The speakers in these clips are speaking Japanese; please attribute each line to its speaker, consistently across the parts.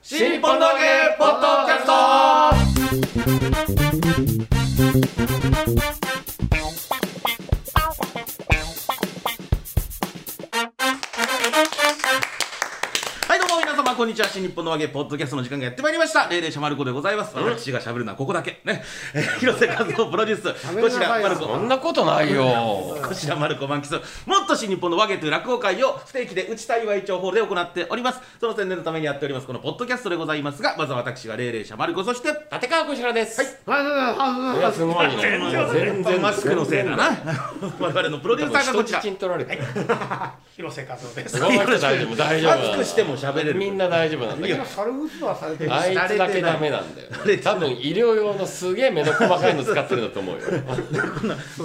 Speaker 1: 新本土芸ポッドキャストはいどうも皆様こんにちは新日本のわけポッドキャストの時間がやってまいりました霊霊シャマルコでございます私が喋るのはここだけねえー広瀬和夫プロデュース
Speaker 2: め
Speaker 1: こ
Speaker 2: な
Speaker 1: ち
Speaker 2: さいよ
Speaker 1: らマルコ
Speaker 3: そんなことないよ。
Speaker 1: こちらマルコ満喫もっと新日本の和芸という落語会を不定期で内田岩井町ホールで行っておりますその宣伝のためにやっておりますこのポッドキャストでございますがまずは私が霊霊者マルコそして
Speaker 3: 立川こちらです。
Speaker 2: はい
Speaker 3: いやすごい。全然
Speaker 1: マスクのせいだな我々のプロデューサーがこちら
Speaker 3: 人質取られて。
Speaker 4: 広瀬和夫です。
Speaker 3: 頑張って大丈夫大丈
Speaker 1: マス
Speaker 3: 夫。
Speaker 1: クしても喋れる
Speaker 3: みんな大丈夫なんだけど。
Speaker 2: 軽々はされてる
Speaker 3: あいつだけダメなんだよ
Speaker 1: 慣れ。てない
Speaker 3: 多分医療用のすげえ目の細かいの使ってるんだ と思うよ。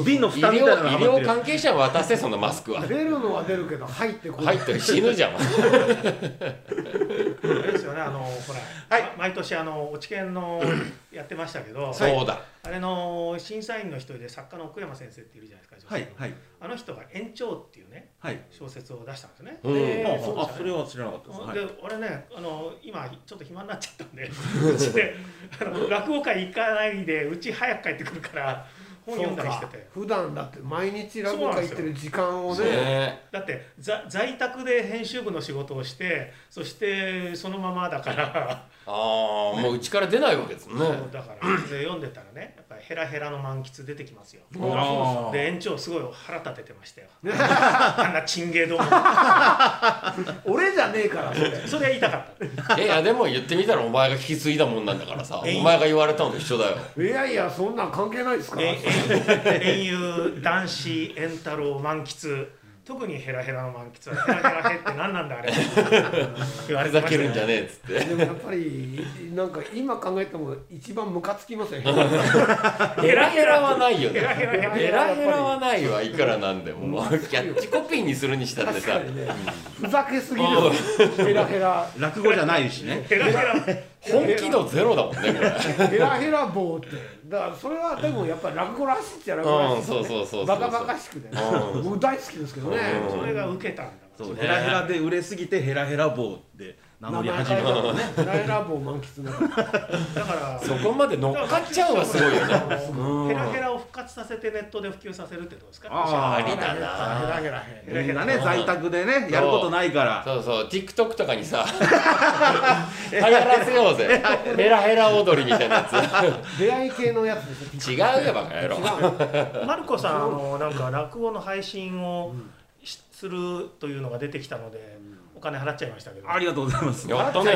Speaker 1: 瓶の
Speaker 3: 医
Speaker 1: 蓋み
Speaker 3: 療
Speaker 1: たいなのがはまっ
Speaker 3: 医
Speaker 1: て
Speaker 3: 療
Speaker 1: る
Speaker 3: 関係者は渡せそのマスクは。
Speaker 2: 出るのは出るけど入ってこな
Speaker 3: 入
Speaker 2: い
Speaker 3: ったら死ぬじゃん。
Speaker 4: あれですよね、あの、ほら、
Speaker 1: はい
Speaker 4: ま毎年あの、落 研のやってましたけど。
Speaker 3: そうだ。
Speaker 4: あれの審査員の一人で、作家の奥山先生っているじゃないですか。
Speaker 1: は
Speaker 4: 女性
Speaker 1: い
Speaker 4: の
Speaker 1: はい
Speaker 4: あの人が延長っていうね、
Speaker 1: はい
Speaker 4: 小説を出したんですよね。
Speaker 3: うん
Speaker 4: で
Speaker 1: あ
Speaker 4: そう
Speaker 1: あ
Speaker 4: で
Speaker 1: それは知らなかったです
Speaker 4: す
Speaker 1: は
Speaker 4: ね
Speaker 1: い
Speaker 4: で、俺ね、あの、今、ちょっと暇になっちゃったんで。うちで、あの、落語会行かないで、うち早く帰ってくるから、本読んだりしてて。
Speaker 2: 普段だって毎日落語会行ってる時間をね
Speaker 3: ね
Speaker 4: だって在在宅で編集部の仕事をしてそしてそのままだから
Speaker 3: ああもううちから出ないわけですもんね。
Speaker 4: そう だからで読んでたらねやっぱりヘラヘラの満喫出てきますよ
Speaker 1: あー
Speaker 4: で園長すごい腹立ててましたよあんなチンゲーどもに
Speaker 2: 俺じゃねえからそれ
Speaker 4: それは言いたかった
Speaker 3: えいやでも言ってみたらお前が引き継いだもんなんだからさ。お前が言われたのと一緒だよ。
Speaker 2: いやいやそんなん関係ないですから
Speaker 4: え園遊男子円太郎満喫特にヘラヘラの満喫はヘラヘラヘって何なんだあれ言わ
Speaker 3: ふ
Speaker 4: れて
Speaker 3: ざ
Speaker 4: ました
Speaker 3: けるんじゃ
Speaker 4: ね
Speaker 3: ねえっつって。
Speaker 2: でもやっぱりなんか今考えても一番ムカつきますよ
Speaker 3: ヘラヘラはないよね。
Speaker 4: ヘラヘラヘラ
Speaker 3: ヘラヘラはないわ、いくらなんでも。キャッチコピーにするにしたって
Speaker 2: 確
Speaker 3: さ
Speaker 2: か、にねふざけすぎるよヘラヘラ
Speaker 1: 落語じゃないしね
Speaker 4: ヘラヘラ
Speaker 3: 本気度ゼロだもんね、これ。
Speaker 2: ヘラヘラ棒ってだからそれはでもやっぱ落語らしいっちゃ落語らしい
Speaker 3: うん、
Speaker 2: ですよ
Speaker 3: そうそう
Speaker 2: ね
Speaker 3: そうそう。
Speaker 2: バカバカしくてね
Speaker 3: うん
Speaker 2: 僕大好きですけどね
Speaker 3: うん
Speaker 4: それが受けたんだから
Speaker 1: そう
Speaker 3: ね
Speaker 1: ヘラヘラで売れすぎてヘラヘラ棒って名乗り始めたのね
Speaker 2: ヘラヘラ棒満喫だから
Speaker 4: だか ら
Speaker 3: そこまで乗っかっちゃうはすごいよね。
Speaker 4: ねヘラヘラを復活させてネットで普及させるってどうですか
Speaker 1: あーあり
Speaker 3: だな
Speaker 4: ヘラヘラヘラヘラ
Speaker 1: み
Speaker 4: ヘ
Speaker 1: んな
Speaker 4: ラ
Speaker 1: ね在宅でねやることないから
Speaker 3: そうそう、TikTok とかにさ、 流行らせようぜ。ヘラヘラ踊りみたいなや
Speaker 2: 出会い系のやつです
Speaker 3: つ。
Speaker 2: よ
Speaker 3: 違うよ、バカ野郎。
Speaker 4: マルコさんあのなんか落語の配信をしするというのが出てきたのでお金払っちゃいましたけど
Speaker 1: ありがとうございます
Speaker 3: やったね。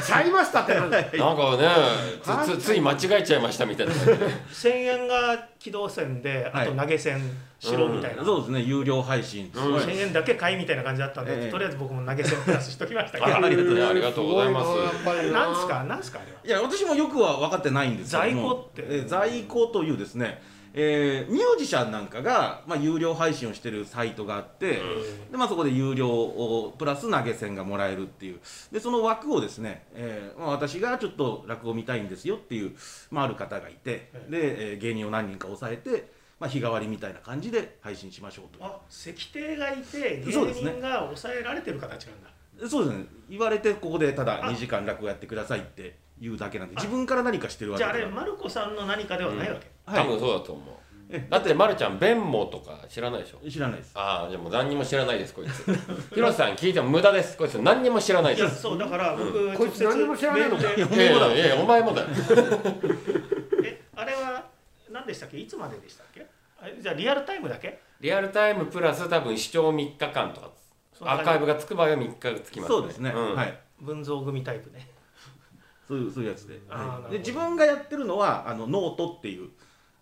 Speaker 2: ちゃいましたってなんだよ
Speaker 3: なんかね、つつつい間違えちゃいましたみたいな。
Speaker 4: 1000円が機動戦で
Speaker 1: は
Speaker 4: あ
Speaker 1: い
Speaker 4: と投げ銭しろみたいな
Speaker 1: そう
Speaker 4: 1000
Speaker 1: ですね有料配信すごい
Speaker 4: 円だけ買いみたいな感じだったん
Speaker 1: ええ
Speaker 4: でとりあえず僕も投げ銭プラスしときましたけ
Speaker 3: あら
Speaker 4: ど
Speaker 3: ありがとうねありがとうございます
Speaker 2: ごなやっぱりな
Speaker 4: なんですかなんですかあれはい
Speaker 1: や私もよくは分かってないんですけども
Speaker 4: 在庫って
Speaker 1: えー在庫というですね、えーミュージシャンなんかが、まあ、有料配信をしてるサイトがあって、でまあ、そこで有料をプラス投げ銭がもらえるっていうでその枠をですね、えーまあ、私がちょっと落語見たいんですよっていう、まあ、ある方がいてで、えー芸人を何人か抑えて、まあ、日替わりみたいな感じで配信しましょうと
Speaker 4: あ石亭がいて芸
Speaker 1: そうですね
Speaker 4: 人が抑えられてる形なんだ
Speaker 1: でそうですね言われてここでただ
Speaker 4: あ
Speaker 1: 2時間落語やってくださいって言うだけなんで自分から何かしてるわ
Speaker 4: じ
Speaker 1: け
Speaker 4: ゃああ
Speaker 1: で
Speaker 4: れ
Speaker 1: はない
Speaker 4: マルコさんの何かではないわけ
Speaker 1: は
Speaker 3: 多
Speaker 1: い
Speaker 3: 分そうだと思う。だって、まるちゃん、弁もとか知らないでしょ。
Speaker 1: 知らないです
Speaker 3: ああじゃあもう何にも知らないですこいつ 広瀬さん聞いても無駄ですこいつ何にも知らない
Speaker 4: い
Speaker 3: で
Speaker 4: や
Speaker 3: す
Speaker 4: そうだから僕
Speaker 2: こい
Speaker 4: 直
Speaker 2: つ
Speaker 4: 接メ
Speaker 2: 何も知らない
Speaker 4: ー
Speaker 2: の
Speaker 4: ル
Speaker 2: か
Speaker 4: で
Speaker 3: いやいやいやいやお前もだよ
Speaker 4: えあれは何でしたっけいつまででしたっけあじゃあリアルタイムだけ
Speaker 3: リアルタイムプラス多分視聴3日間とか
Speaker 4: そんな
Speaker 3: ア
Speaker 4: 感
Speaker 3: ー
Speaker 4: じ
Speaker 3: カイブがつく場合は3日がつきます
Speaker 1: そうですね、
Speaker 3: ん
Speaker 1: はい
Speaker 4: 文蔵組タイプね
Speaker 1: そういうそういうやつで,、
Speaker 4: あーなるほ
Speaker 1: は
Speaker 4: ど
Speaker 1: い、で自分がやってるのはあのノートっていう、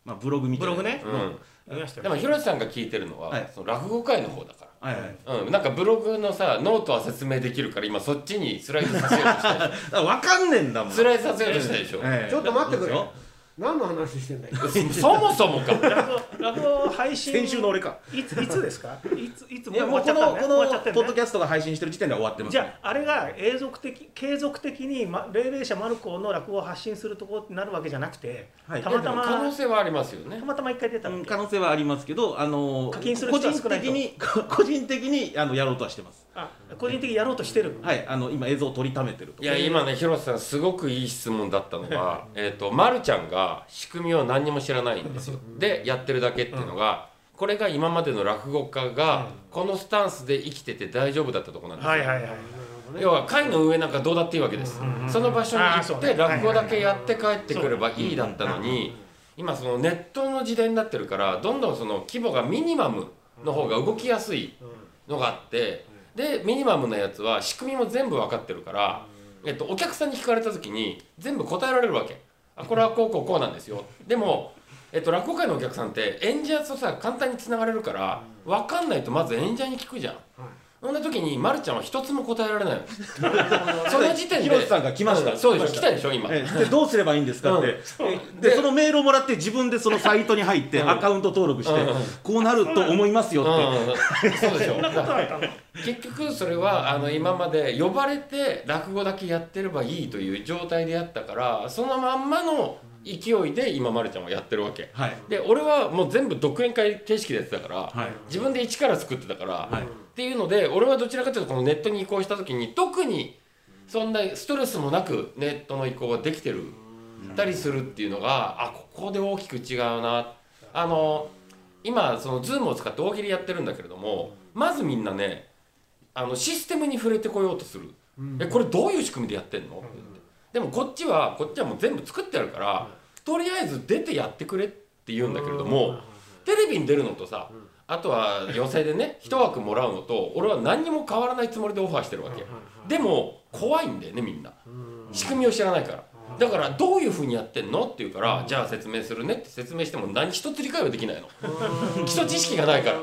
Speaker 1: まあ、ブログみたいな
Speaker 4: ブログね
Speaker 3: うん
Speaker 4: 見ましたよ
Speaker 3: でも広瀬さんが聞いてるのは、
Speaker 1: はい
Speaker 3: その落語界の方だか
Speaker 1: はいはい、
Speaker 3: らうんなんかブログのさノートは説明できるから今そっちにスライドさせようとしたでし
Speaker 1: だから分かんねえんだも
Speaker 3: ょ
Speaker 1: ん
Speaker 3: スライドさせようとしたでしょ、
Speaker 1: ええ
Speaker 2: ちょっと待ってくれ
Speaker 1: そうで
Speaker 2: 何の話し てんだよ
Speaker 3: そもそもか
Speaker 4: 落語落語配
Speaker 1: す
Speaker 4: 信
Speaker 1: よ先週の俺か
Speaker 4: いついつですかいついつ
Speaker 1: い
Speaker 4: もう
Speaker 1: や
Speaker 4: 終
Speaker 1: も
Speaker 4: わ
Speaker 1: う
Speaker 4: っちゃ
Speaker 1: このこ
Speaker 4: ったんね終
Speaker 1: の
Speaker 4: わっちゃって
Speaker 1: ポッド
Speaker 4: ね
Speaker 1: キャストが配信してる時点では終わってます
Speaker 4: じゃああれが永続的継続的に、ま、霊霊者マルコの落語を発信するところになるわけじゃなくて、
Speaker 1: はい
Speaker 4: たまたま
Speaker 3: 可能性はありますよね
Speaker 4: たまたま一回出た
Speaker 1: う
Speaker 4: の
Speaker 1: ん可能性はありますけどあのー
Speaker 4: 課金する
Speaker 1: 個
Speaker 4: 人
Speaker 1: 人
Speaker 4: は少ない
Speaker 1: 的
Speaker 4: と
Speaker 1: に個人的にあのやろうとはしてます
Speaker 4: あ個人的にやろうとしてるの
Speaker 1: はいあの今映像を撮りためてると
Speaker 3: いや今ね広瀬さんすごくいい質問だったのは えっと、ま、るちゃんが仕組みを何にも知らないんですよでやってるだけっていうのが、これが今までの落語家がこのスタンスで生きてて大丈夫だったとこなんですよ、
Speaker 4: はいはいはい
Speaker 3: 要は階の上なんかどうだっていいわけです、その場所に
Speaker 4: あー
Speaker 3: 行
Speaker 4: そう
Speaker 3: って
Speaker 4: ね
Speaker 3: 落語だけやって帰ってくればいいだったのに今そのネットの時代になってるからどんどんその規模がミニマムの方が動きやすいのがあってでミニマムなやつは仕組みも全部分かってるから、えっと、お客さんに聞かれた時に全部答えられるわけあこれはこうこうこうなんですよでも、えっと、落語界のお客さんって演者とさ簡単につながれるから分かんないとまず演者に聞くじゃん。そんな時に、ま、るちゃんは一つも答えられないのその時点で
Speaker 1: 広瀬さんが来ました
Speaker 3: うんそうでしょ
Speaker 1: 来まし
Speaker 3: 来
Speaker 1: た
Speaker 3: たでしょ今、
Speaker 1: ええでどうすればいいんですかって、で
Speaker 3: で
Speaker 1: そのメールをもらって自分でそのサイトに入って
Speaker 3: うん
Speaker 1: アカウント登録して、
Speaker 3: うん
Speaker 1: こうなると思いますよって、
Speaker 3: うん、そうでしょ
Speaker 4: そんなことあったの
Speaker 3: 結局それはあの今まで呼ばれて落語だけやってればいいという状態でやったからそのまんまの勢いで今まるちゃんはやってるわけ
Speaker 1: はい
Speaker 3: で俺はもう全部独演会形式でやってたから、
Speaker 1: はい
Speaker 3: 自分で一から作ってたから、
Speaker 1: はい
Speaker 3: っていうので俺はどちらかというとこのネットに移行した時に特にそんなストレスもなくネットの移行ができてるたりするっていうのがあここで大きく違うなあの今その Zoom を使って大喜利やってるんだけれどもまずみんなねあのシステムに触れてこようとする、えこれどういう仕組みでやってんの、って言ってでもこっちはこっちはもう全部作ってあるから、とりあえず出てやってくれって言うんだけれども、テレビに出るのとさ、あとは予選でね一枠もらうのと俺は何にも変わらないつもりでオファーしてるわけ、でも怖いんだよねみんな、仕組みを知らないから。だからどういうふうにやってんのって言うから、じゃあ説明するねって説明しても何一つ理解はできないの基礎知識がないか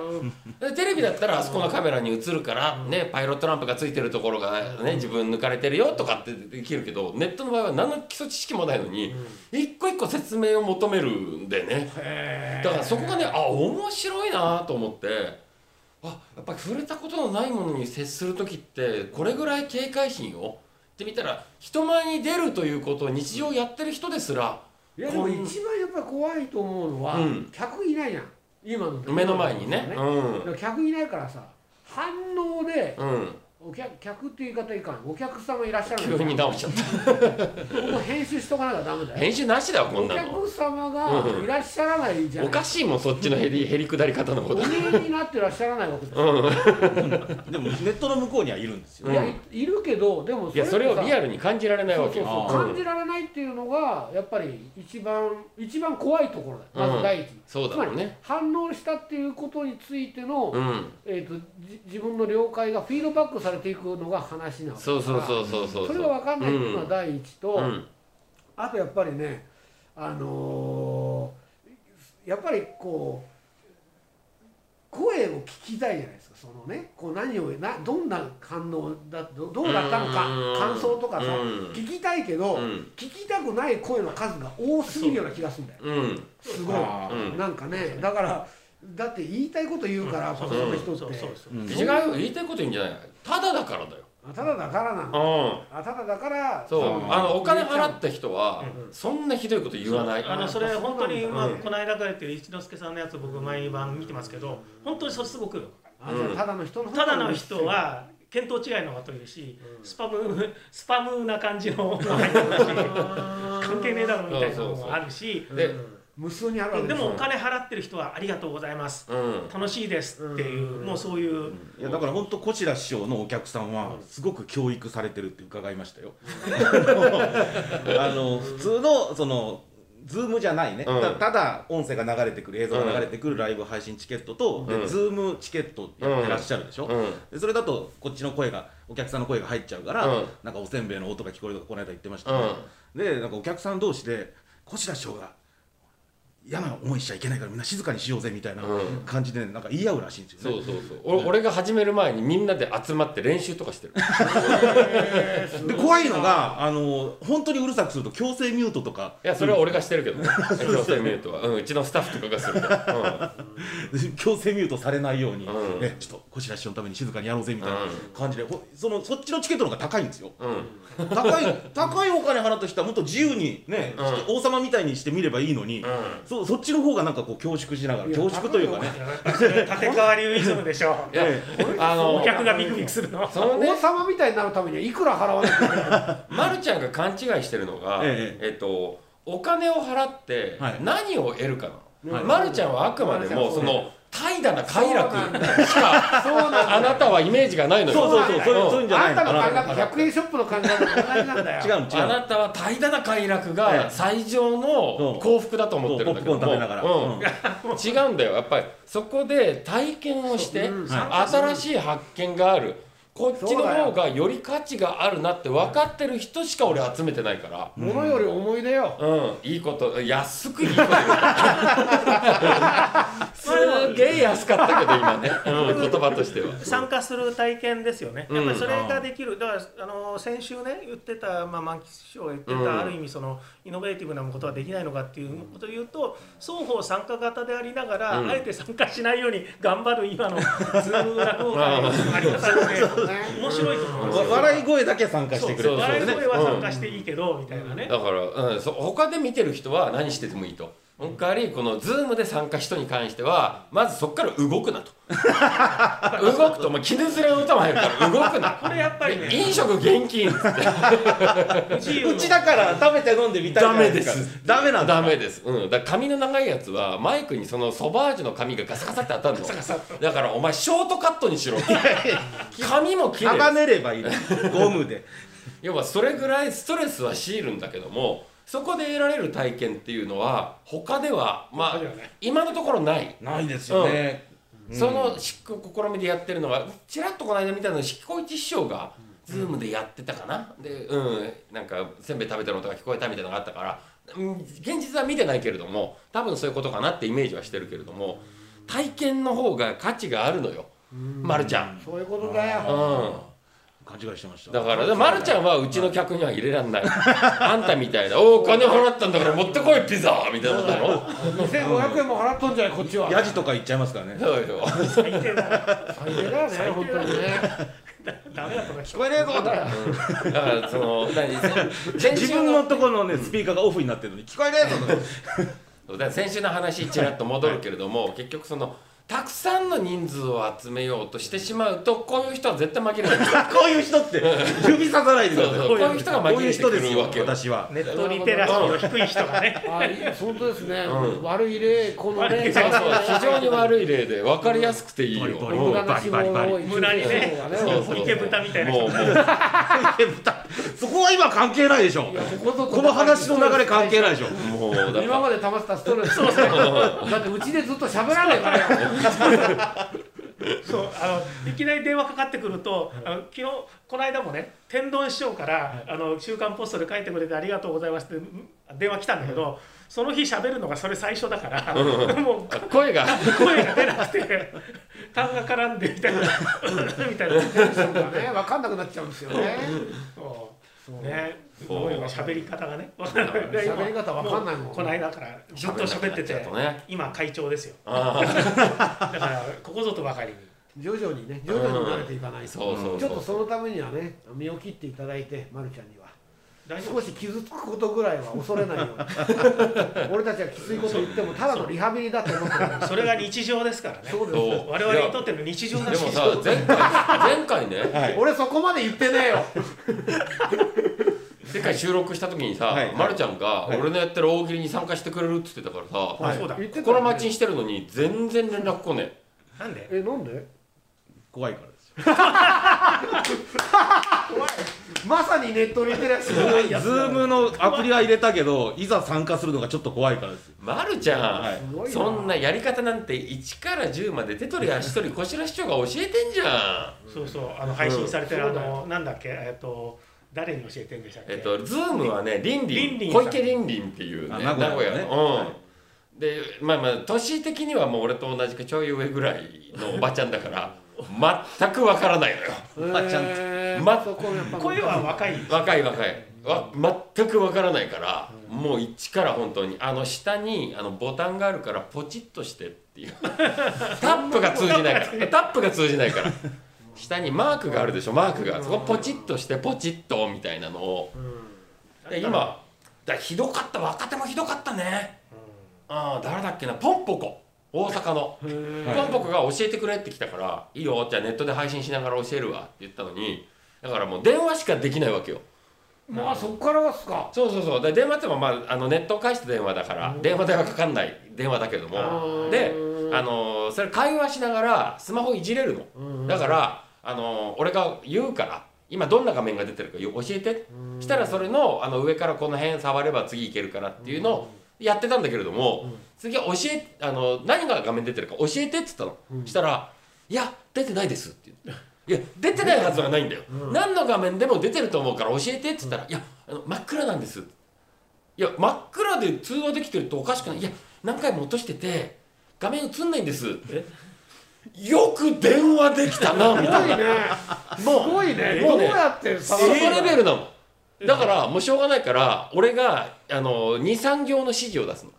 Speaker 3: らでテレビだったらあそこのカメラに映るから、ね、パイロットランプがついてるところが、ね、自分抜かれてるよとかってできるけどネットの場合は何の基礎知識もないのに一個一個説明を求めるんでねだからそこがねあ面白いなと思ってあやっぱり触れたことのないものに接する時ってこれぐらい警戒心をってみたら人前に出るということを日常やってる人ですら
Speaker 2: いやでも
Speaker 3: こん
Speaker 2: 一番やっぱり怖いと思うのは、
Speaker 3: うん
Speaker 2: 客いないじゃん今の
Speaker 3: 目の前にね。
Speaker 2: 今
Speaker 3: う
Speaker 2: の
Speaker 3: ん
Speaker 2: だから客いないからさ反応で
Speaker 3: うん、
Speaker 2: お客客っていう言い方いかんお客様いらっしゃる
Speaker 3: 急
Speaker 2: の
Speaker 3: に
Speaker 2: に
Speaker 3: 直しちゃっ
Speaker 2: ここ編集しとかなきゃダメ
Speaker 3: た
Speaker 2: だよ
Speaker 3: 編集なしだわこ
Speaker 2: お
Speaker 3: んなの
Speaker 2: 客様がいらっしゃらないじゃ
Speaker 3: お
Speaker 2: ん
Speaker 3: かしいもんそっちのへりへりくだり方のこ
Speaker 2: お
Speaker 3: と
Speaker 2: 見えになってらっしゃらないわけだよ
Speaker 1: でもネットの向こうにはいるんですよ、
Speaker 3: うん
Speaker 2: いやいいるけどでも
Speaker 3: いやそれをリ
Speaker 2: ア
Speaker 3: アルに感じられないわけよ
Speaker 1: そうそう
Speaker 3: うん
Speaker 2: 感じられないっていうのがやっぱり一番一番怖いところだよまず第一、
Speaker 3: そうだろうね
Speaker 2: 反応したっていうことについての、
Speaker 3: うん
Speaker 2: えー、とじ自分の了解がフィードバックされていくのが話なの
Speaker 3: そうそうそうそうそう
Speaker 2: それが分かんないっていうのは第一と、
Speaker 3: うん
Speaker 2: あとやっぱりねあのーやっぱりこう声を聞きたいじゃないですかそのねこう何をなどんな反応だどどうだったのか
Speaker 3: うん
Speaker 2: 感想とかさ
Speaker 3: うん
Speaker 2: 聞きたいけど、
Speaker 3: うん
Speaker 2: 聞きたくない声の数が多すぎるような気がするんだよ
Speaker 3: うん
Speaker 2: すごい、
Speaker 1: あ
Speaker 3: ーうん
Speaker 2: なんかねだからだって言いたいこと言うからこその人って、
Speaker 4: そうそうそう
Speaker 1: うん
Speaker 3: 違うよ言いたいこと言うんじゃないただだからだよ
Speaker 2: あただだからなの
Speaker 3: う
Speaker 2: あただだから
Speaker 3: んそう
Speaker 1: うん
Speaker 3: あのお金払った人はそんなひどいこと言わない
Speaker 4: あのそれ本当に、
Speaker 2: うん
Speaker 4: まあ、この間からやってる一之輔さんのやつ僕毎晩見てますけど本当にそれすごく
Speaker 2: あじゃあただの人の
Speaker 4: ただの人は見当違いのが取れるし、スパム スパムな感じの入ってるし関係ねえだろみたいなのもあるし
Speaker 3: で
Speaker 2: うん無数にあるわけ
Speaker 4: で
Speaker 2: しょ
Speaker 4: もお金払ってる人はありがとうございます
Speaker 3: うん
Speaker 4: 楽しいですっていう
Speaker 2: うん
Speaker 4: もうそういう
Speaker 1: いやだから本当こちら師匠のお客さんはすごく教育されてるって伺いましたよ。 あの普通のそのズームじゃないね、
Speaker 3: うん
Speaker 1: たただ音声が流れてくる映像が流れてくるライブ配信チケットと、
Speaker 3: うん
Speaker 1: でズームチケットやってらっしゃるでしょ、
Speaker 3: うん
Speaker 1: でそれだとこっちの声がお客さんの声が入っちゃうから、
Speaker 3: うん
Speaker 1: なんかおせんべいの音が聞こえるとかこの間言ってましたけど、でなんかお客さん同士でこちら師匠が嫌な思いしちゃいけないからみんな静かにしようぜみたいな
Speaker 3: うん
Speaker 1: 感じで、なんか言い合うらしいんですよね。
Speaker 3: そうそうそう俺俺が始める前にみんなで集まって練習とかしてる
Speaker 1: で怖いのがあの本当にうるさくすると強制ミュートとか
Speaker 3: いやそれは俺がしてるけどね強制ミュートはうんうちのスタッフとかがするから
Speaker 1: 強制ミュートされないように、
Speaker 3: うん
Speaker 1: ね、ちょっとこちら師匠のために静かにやろうぜみたいな
Speaker 3: うん
Speaker 1: 感じで、ほそのそっちのチケットの方が高いんですよ
Speaker 3: うんうん
Speaker 1: 高い高いお金払った人はもっと自由にね、
Speaker 3: うん
Speaker 1: して王様みたいにしてみればいいのに、
Speaker 3: うん
Speaker 1: そうそそっちの方がなんかこう恐縮しながら
Speaker 2: いや
Speaker 1: 恐縮というかね
Speaker 4: いや立川流イズムでしょ
Speaker 3: いや
Speaker 1: え
Speaker 3: あ
Speaker 4: お
Speaker 3: の
Speaker 4: 客がビクビクするの
Speaker 3: その
Speaker 2: 王
Speaker 3: ね
Speaker 2: 様みたいになるためにはいくら払わなきゃいけないの
Speaker 3: まるちゃんが勘違いしてるのが、
Speaker 1: え
Speaker 3: えっとお金を払って
Speaker 1: はい
Speaker 3: 何を得るかなの、
Speaker 1: はい
Speaker 3: まるちゃんはあくまでもその怠惰な快楽
Speaker 2: そうなん
Speaker 3: しか
Speaker 2: そうなんだよ
Speaker 3: あなたはイメージがないのよ
Speaker 1: そうそうそうそうい
Speaker 3: ん
Speaker 1: うそういうんじゃない
Speaker 2: あん
Speaker 1: の
Speaker 2: た
Speaker 1: か
Speaker 2: の
Speaker 1: な
Speaker 2: 感覚100円ショップの感覚と同じなんだよ
Speaker 1: 違うの違
Speaker 3: あ
Speaker 1: うの
Speaker 3: なたは怠惰な快楽
Speaker 1: え
Speaker 3: が
Speaker 1: え
Speaker 3: 最上の幸福だと思ってるんだけど
Speaker 1: そうポップコーン食べながら
Speaker 3: も
Speaker 1: うん
Speaker 3: うん違うんだよやっぱりそこで体験をして、
Speaker 2: そううん
Speaker 1: は
Speaker 3: 新しい発見があるこっちの方
Speaker 2: そう
Speaker 3: がより価値があるなって分かってる人しか俺集めてないから。
Speaker 2: 物より思い出よ
Speaker 3: うん、いいこと安くいいこと言う すげえ安かったけど今ね、 うん、言葉としては
Speaker 4: 参加する体験ですよね、
Speaker 3: うん
Speaker 4: やっぱりそれができる、だからあの先週ね、言ってた、まあ、満喫師匠が言ってた、
Speaker 3: うん
Speaker 4: ある意味その、イノベーティブなことはできないのかっていうことを言うと、双方参加型でありながら、
Speaker 3: うん
Speaker 4: あえて参加しないように頑張る今のズーム落語会のあり方で、面白いと思います
Speaker 1: わ
Speaker 4: よ。
Speaker 1: 笑い声だけ参加してくれ
Speaker 3: そう
Speaker 1: る
Speaker 4: 笑い
Speaker 1: ね
Speaker 4: 声は参加していいけど、みたいなね。
Speaker 3: だから、うん、そ他で見てる人は何しててもいいと。その代わりこの Zoom で参加した人に関してはまずそこから動くな と動くともう絹ずれの歌も入るから動くな
Speaker 4: これやっぱりね
Speaker 3: で飲食現金
Speaker 4: 不自由
Speaker 1: うちだから食べて飲んでみたいじゃない
Speaker 3: ダメ
Speaker 1: すかダメなんだ
Speaker 3: ダメです、うん、だから髪の長いやつはマイクにそのソバージュの髪がガサガサって当たるのだからお前ショートカットにしろ髪も切れ
Speaker 1: 束ねれば いいのゴムで
Speaker 3: 要はそれぐらいストレスは強いるんだけどもそこで得られる体験っていうのは他ではまあ
Speaker 4: 他ではない
Speaker 3: 今のところない
Speaker 1: ないですよね
Speaker 3: そのし試みでやってるのはちらっとこの間見たのひこいち師匠がズームでやってたかな、でうんなんかせんべい食べてる音が聞こえたみたいなのがあったから、うん、現実は見てないけれども多分そういうことかなってイメージはしてるけれども体験の方が価値があるのよ、まるちゃん。
Speaker 2: そういうことだよ
Speaker 3: うん
Speaker 1: 勘違いしてました
Speaker 3: だから、でまるちゃんはうちの客には入れらんない。あんたみたいな、おお金払ったんだから持ってこいピザみたいなことだろ。
Speaker 2: 2500円も払っとんじゃないこっちは
Speaker 1: ヤジとか言っちゃいますからね
Speaker 3: そうよ。
Speaker 4: 最低だ。
Speaker 2: 最低だよね
Speaker 4: 最低だ
Speaker 2: 本当にね
Speaker 4: ダメだとか聞
Speaker 1: 聞こえねえぞって
Speaker 3: だから、その、何先
Speaker 1: 自
Speaker 3: 週
Speaker 1: 分の
Speaker 3: の、
Speaker 1: ところのねスピーカーがオフになってるのに聞こえねえぞとか
Speaker 3: だから先週の話、ちらっと戻るけれども、結局その、たくさんの人数を集めようとしてしまうと、こういう人は絶対紛れない。そう
Speaker 1: こういう人って指ささないでください
Speaker 3: そう
Speaker 1: こ
Speaker 3: こういう人が紛
Speaker 1: うい
Speaker 3: れ
Speaker 1: う
Speaker 3: て
Speaker 1: 人
Speaker 3: く
Speaker 1: です
Speaker 3: る
Speaker 1: よ
Speaker 3: わけよ。
Speaker 1: 私は
Speaker 4: ネットリテラシーの低い人がね。
Speaker 2: あいや本当ですね、
Speaker 3: うん
Speaker 2: 悪い例この
Speaker 4: 悪い
Speaker 2: ね
Speaker 4: 例
Speaker 3: そうそう非常に悪い例で分かりやすくていいよ。
Speaker 1: バリバリ
Speaker 2: 無
Speaker 3: うん
Speaker 2: 駄な脂肪を
Speaker 4: 無駄にね
Speaker 3: そうそう
Speaker 4: 池豚みたいな人
Speaker 3: もうもう
Speaker 1: そこは今関係ないでしょこの話の流れ関係ないでしょ
Speaker 3: もうだから
Speaker 2: 今まで溜まってたストレスそうそうだってうちでずっと喋らないからよ
Speaker 4: そうあのいきなり電話かかってくると、あの昨日この間もね天丼師匠から「あの週刊ポスト」で書いてくれてありがとうございますってうん電話来たんだけど、その日喋るのがそれ最初だから、もう
Speaker 3: 声が。
Speaker 4: 声が出なくて痰が絡んでみたいなみたいな
Speaker 2: そうだね分かんなくなっちゃうんですよね
Speaker 4: そうねそう今喋り方がね分かんない
Speaker 2: 喋り方わかんないもん
Speaker 4: うこの間からずっと喋っ
Speaker 3: 喋んなくなっ
Speaker 4: てて
Speaker 3: ちゃうとね
Speaker 4: 今会長ですよ
Speaker 3: あー
Speaker 4: だからここぞとばかりに
Speaker 2: 徐々にね徐々に慣れていかないと、
Speaker 3: そうそうそう。
Speaker 2: ちょっとそのためにはね身を切っていただいてまるちゃんには
Speaker 4: 大丈夫
Speaker 2: 少し傷つくことぐらいは恐れな いように俺たちはきついこと言ってもただのリハビリだと思ってるから
Speaker 4: それが日常ですからね
Speaker 2: そうです
Speaker 3: そう
Speaker 4: 我々にとっての日常の
Speaker 3: でも
Speaker 4: 日
Speaker 3: さ
Speaker 4: 常
Speaker 3: 前回前回ね
Speaker 1: はい
Speaker 2: 俺そこまで言ってねえよ
Speaker 3: 前回収録した時にさ、
Speaker 1: はい
Speaker 3: まるちゃんが
Speaker 1: はい
Speaker 3: 俺のやってる大喜利に参加してくれるって言ってたからさ、
Speaker 4: はいそうだ
Speaker 2: 言ってたよね
Speaker 3: 心待ちにしてるのに全然連絡来ねえ
Speaker 4: なんで
Speaker 2: えなんで
Speaker 1: 怖いからですよ
Speaker 2: まさにネットリテラシーがないやつ
Speaker 1: ズームのアプリは入れたけどいざ参加するのがちょっと怖いからですよ
Speaker 3: まるちゃん、
Speaker 1: はい
Speaker 2: すごいな
Speaker 3: そんなやり方なんて1から10まで手取り足取りこしら市長が教えてんじゃん
Speaker 4: そうそうあの配信されてる、
Speaker 2: うん
Speaker 4: あのなんだっけえっと誰に教えてんでしたっけ、
Speaker 3: えっと Zoom はねりん
Speaker 4: りん
Speaker 3: り
Speaker 4: り
Speaker 3: ん
Speaker 4: んさ
Speaker 3: 小
Speaker 4: ん
Speaker 3: 池りんりんっていうね
Speaker 1: あ
Speaker 3: 名
Speaker 1: 名
Speaker 3: 古屋
Speaker 1: 古屋のね
Speaker 3: の、うん
Speaker 1: はい
Speaker 3: でまあまあ年的にはもう俺と同じかちょい上ぐらいのおばちゃんだから全くわからないのよ
Speaker 1: まっちゃんと
Speaker 2: えー
Speaker 3: ま
Speaker 2: そこやっぱ
Speaker 4: 声は若い
Speaker 3: 若い若いわ全くわからないから、もう一から本当にあの下にあのボタンがあるからポチッとしてっていうタップが通じないからタップが通じないから下にマークがあるでしょマークがそこポチッとしてポチッとみたいなのをで今だからひどかった若手もひどかったねあー誰だっけなポンポコ大阪の
Speaker 1: はい
Speaker 3: ポンポコが教えてくれって来たから「いいよじゃあネットで配信しながら教えるわ」って言ったのにだからもう電話しかできないわけよ
Speaker 2: まあそこからはっすか
Speaker 3: そうそうそうで電話ってもまああのネットを介して電話だから電話代はかかんない電話だけどもであのそれ会話しながらスマホいじれるの、だからあの俺が言うから今どんな画面が出てるかよ教えてしたらそれのあの上からこの辺触れば次いけるからっていうのをやってたんだけれども、次は教えあの何が画面出てるか教えてって言ったの、したら「いや出てないです」って言って。いや出てないはずがないんだよ、何の画面でも出てると思うから教えてって言ったら「いやあの真っ暗なんです」いや真っ暗で通話できてるとおかしくないいや何回も落としてて画面映んないんですってよく電話できたなみたいな
Speaker 2: す
Speaker 3: もう
Speaker 2: ごいね
Speaker 3: も
Speaker 2: ど
Speaker 3: う
Speaker 2: う
Speaker 3: ね
Speaker 2: やって
Speaker 3: そ
Speaker 2: 探
Speaker 3: の
Speaker 2: す
Speaker 3: レ
Speaker 2: の
Speaker 3: ベルなのだからもうしょうがないから俺があの23行の指示を出すの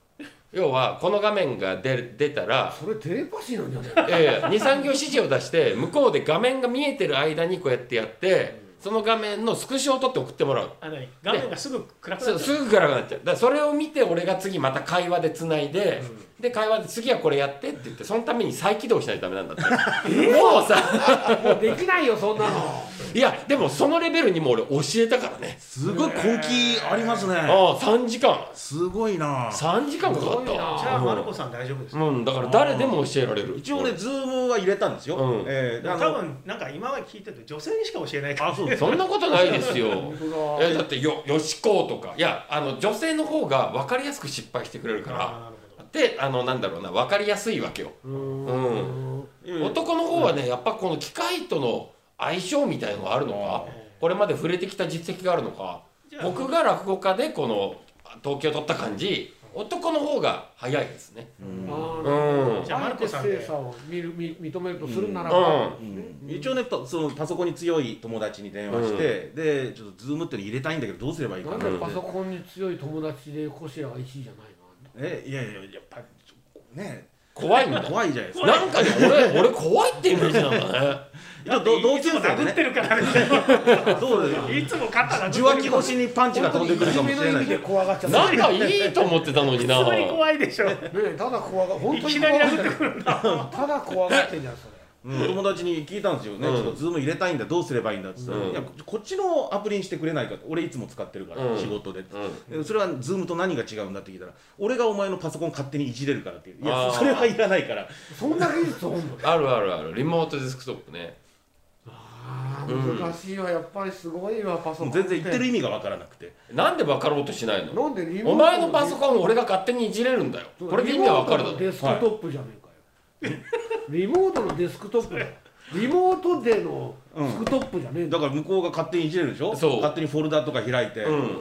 Speaker 3: 要はこの画面が出出たら
Speaker 2: それテレパシーなんじゃない
Speaker 3: 23行指示を出して向こうで画面が見えてる間にこうやってやってその画面のスクショを取って送ってもらう
Speaker 4: あの画面がすぐ暗く
Speaker 3: そ
Speaker 4: なっ
Speaker 3: う
Speaker 4: ち
Speaker 3: す
Speaker 4: ゃう
Speaker 3: ぐ暗くなっちゃうだからそれを見て俺が次また会話でつないで、で会話で次はこれやってって言ってそのために再起動しないとダメなんだってもうさ
Speaker 2: もうできないよそんなの
Speaker 3: いやでもそのレベルにもう俺教えたからね
Speaker 1: すごい根気ありますね
Speaker 3: ああ3時間
Speaker 1: すごいな
Speaker 3: 3時間かかっ
Speaker 2: すごい
Speaker 3: た
Speaker 2: な
Speaker 4: じゃあマルコさん大丈夫です
Speaker 3: うんだから誰でも教えられる
Speaker 1: 一応ねズームは入れたんですよ、
Speaker 3: うん
Speaker 1: えー
Speaker 4: でも
Speaker 1: あ
Speaker 4: 多
Speaker 1: の
Speaker 4: 分なんか今まで聞いてると女性にしか教えないから
Speaker 1: あそう
Speaker 3: そんなことないですよ
Speaker 2: 本当だ
Speaker 3: えだってよよしことかいやあの女性の方が分かりやすく失敗してくれるから
Speaker 4: あーなるほど
Speaker 3: であのなんだろうな分かりやすいわけよ
Speaker 2: うーん
Speaker 3: 男の方はねやっぱこの機械との相性みたいのがあるのかこれまで触れてきた実績があるのか
Speaker 4: じゃあ
Speaker 3: 僕が落語家でこの統計を取った感じ男の方が早いですね
Speaker 1: うん
Speaker 2: あ
Speaker 3: う
Speaker 2: ー
Speaker 3: ん
Speaker 4: じゃあマルコさん
Speaker 2: 相手
Speaker 4: で
Speaker 2: 性差を見るみ認めるとするなら
Speaker 3: う
Speaker 2: ば、
Speaker 3: ん
Speaker 1: うん一応ねパそのパソコンに強い友達に電話して、でちょっとズームっていうの入れたいんだけどどうすればいいか
Speaker 2: な
Speaker 1: なんって
Speaker 2: でパソコンに強い友達でコシラが1位じゃないの
Speaker 1: えいやいややっぱね
Speaker 3: 怖いんだ
Speaker 1: 怖いじゃないですか
Speaker 3: なんかね俺俺怖いってイメージなんだね
Speaker 1: 一応同同級生で
Speaker 4: 殴っ
Speaker 1: ね
Speaker 4: てるからね
Speaker 1: どうです
Speaker 4: いつも
Speaker 1: 受
Speaker 4: 肩殴ってるから
Speaker 1: 話器越しにパンチが飛んでくるかもしれない
Speaker 2: で
Speaker 1: けど
Speaker 2: 怖がっちゃった
Speaker 3: なん
Speaker 2: ね
Speaker 3: かいいと思ってたのにな
Speaker 4: 普通に怖いでしょ
Speaker 2: えただ怖が本当
Speaker 4: い
Speaker 2: に
Speaker 4: きな
Speaker 2: 怖
Speaker 4: り
Speaker 2: が
Speaker 4: 殴ってくるんだ
Speaker 2: ただ怖がってんじゃんそれ
Speaker 1: うん友達に聞いたんですよね、
Speaker 3: うん
Speaker 1: ちょっとズーム入れたいんだどうすればいいんだって言ったら、
Speaker 3: うん
Speaker 1: いやこっちのアプリにしてくれないかって俺いつも使ってるから、
Speaker 3: うん
Speaker 1: 仕事でって、
Speaker 3: うん
Speaker 1: でそれはズームと何が違うんだって聞いたら俺がお前のパソコン勝手にいじれるからっていうい
Speaker 3: あ
Speaker 1: や
Speaker 3: ー
Speaker 1: それはいらないから
Speaker 2: そんな技術おんの
Speaker 3: あるあるあるリモートデスクトップね
Speaker 2: あ
Speaker 3: うん
Speaker 2: ー難しいわやっぱりすごいわパソコン
Speaker 1: 全然言ってる意味が分からなくて
Speaker 3: なんで分かろうとしないの
Speaker 2: なんでリモート
Speaker 3: お前のパソコンを俺が勝手にいじれるんだよこれで意味は分かるだ
Speaker 2: リモ
Speaker 3: ろ
Speaker 2: ートのデスクトップじゃねえかよリモートのデスクトップだよリモートでのデスクトップじゃねえんだ
Speaker 1: だ
Speaker 2: よ
Speaker 1: から向こうが勝手にいじれるでしょ
Speaker 3: そう
Speaker 1: 勝手にフォルダとか開いて、
Speaker 3: うん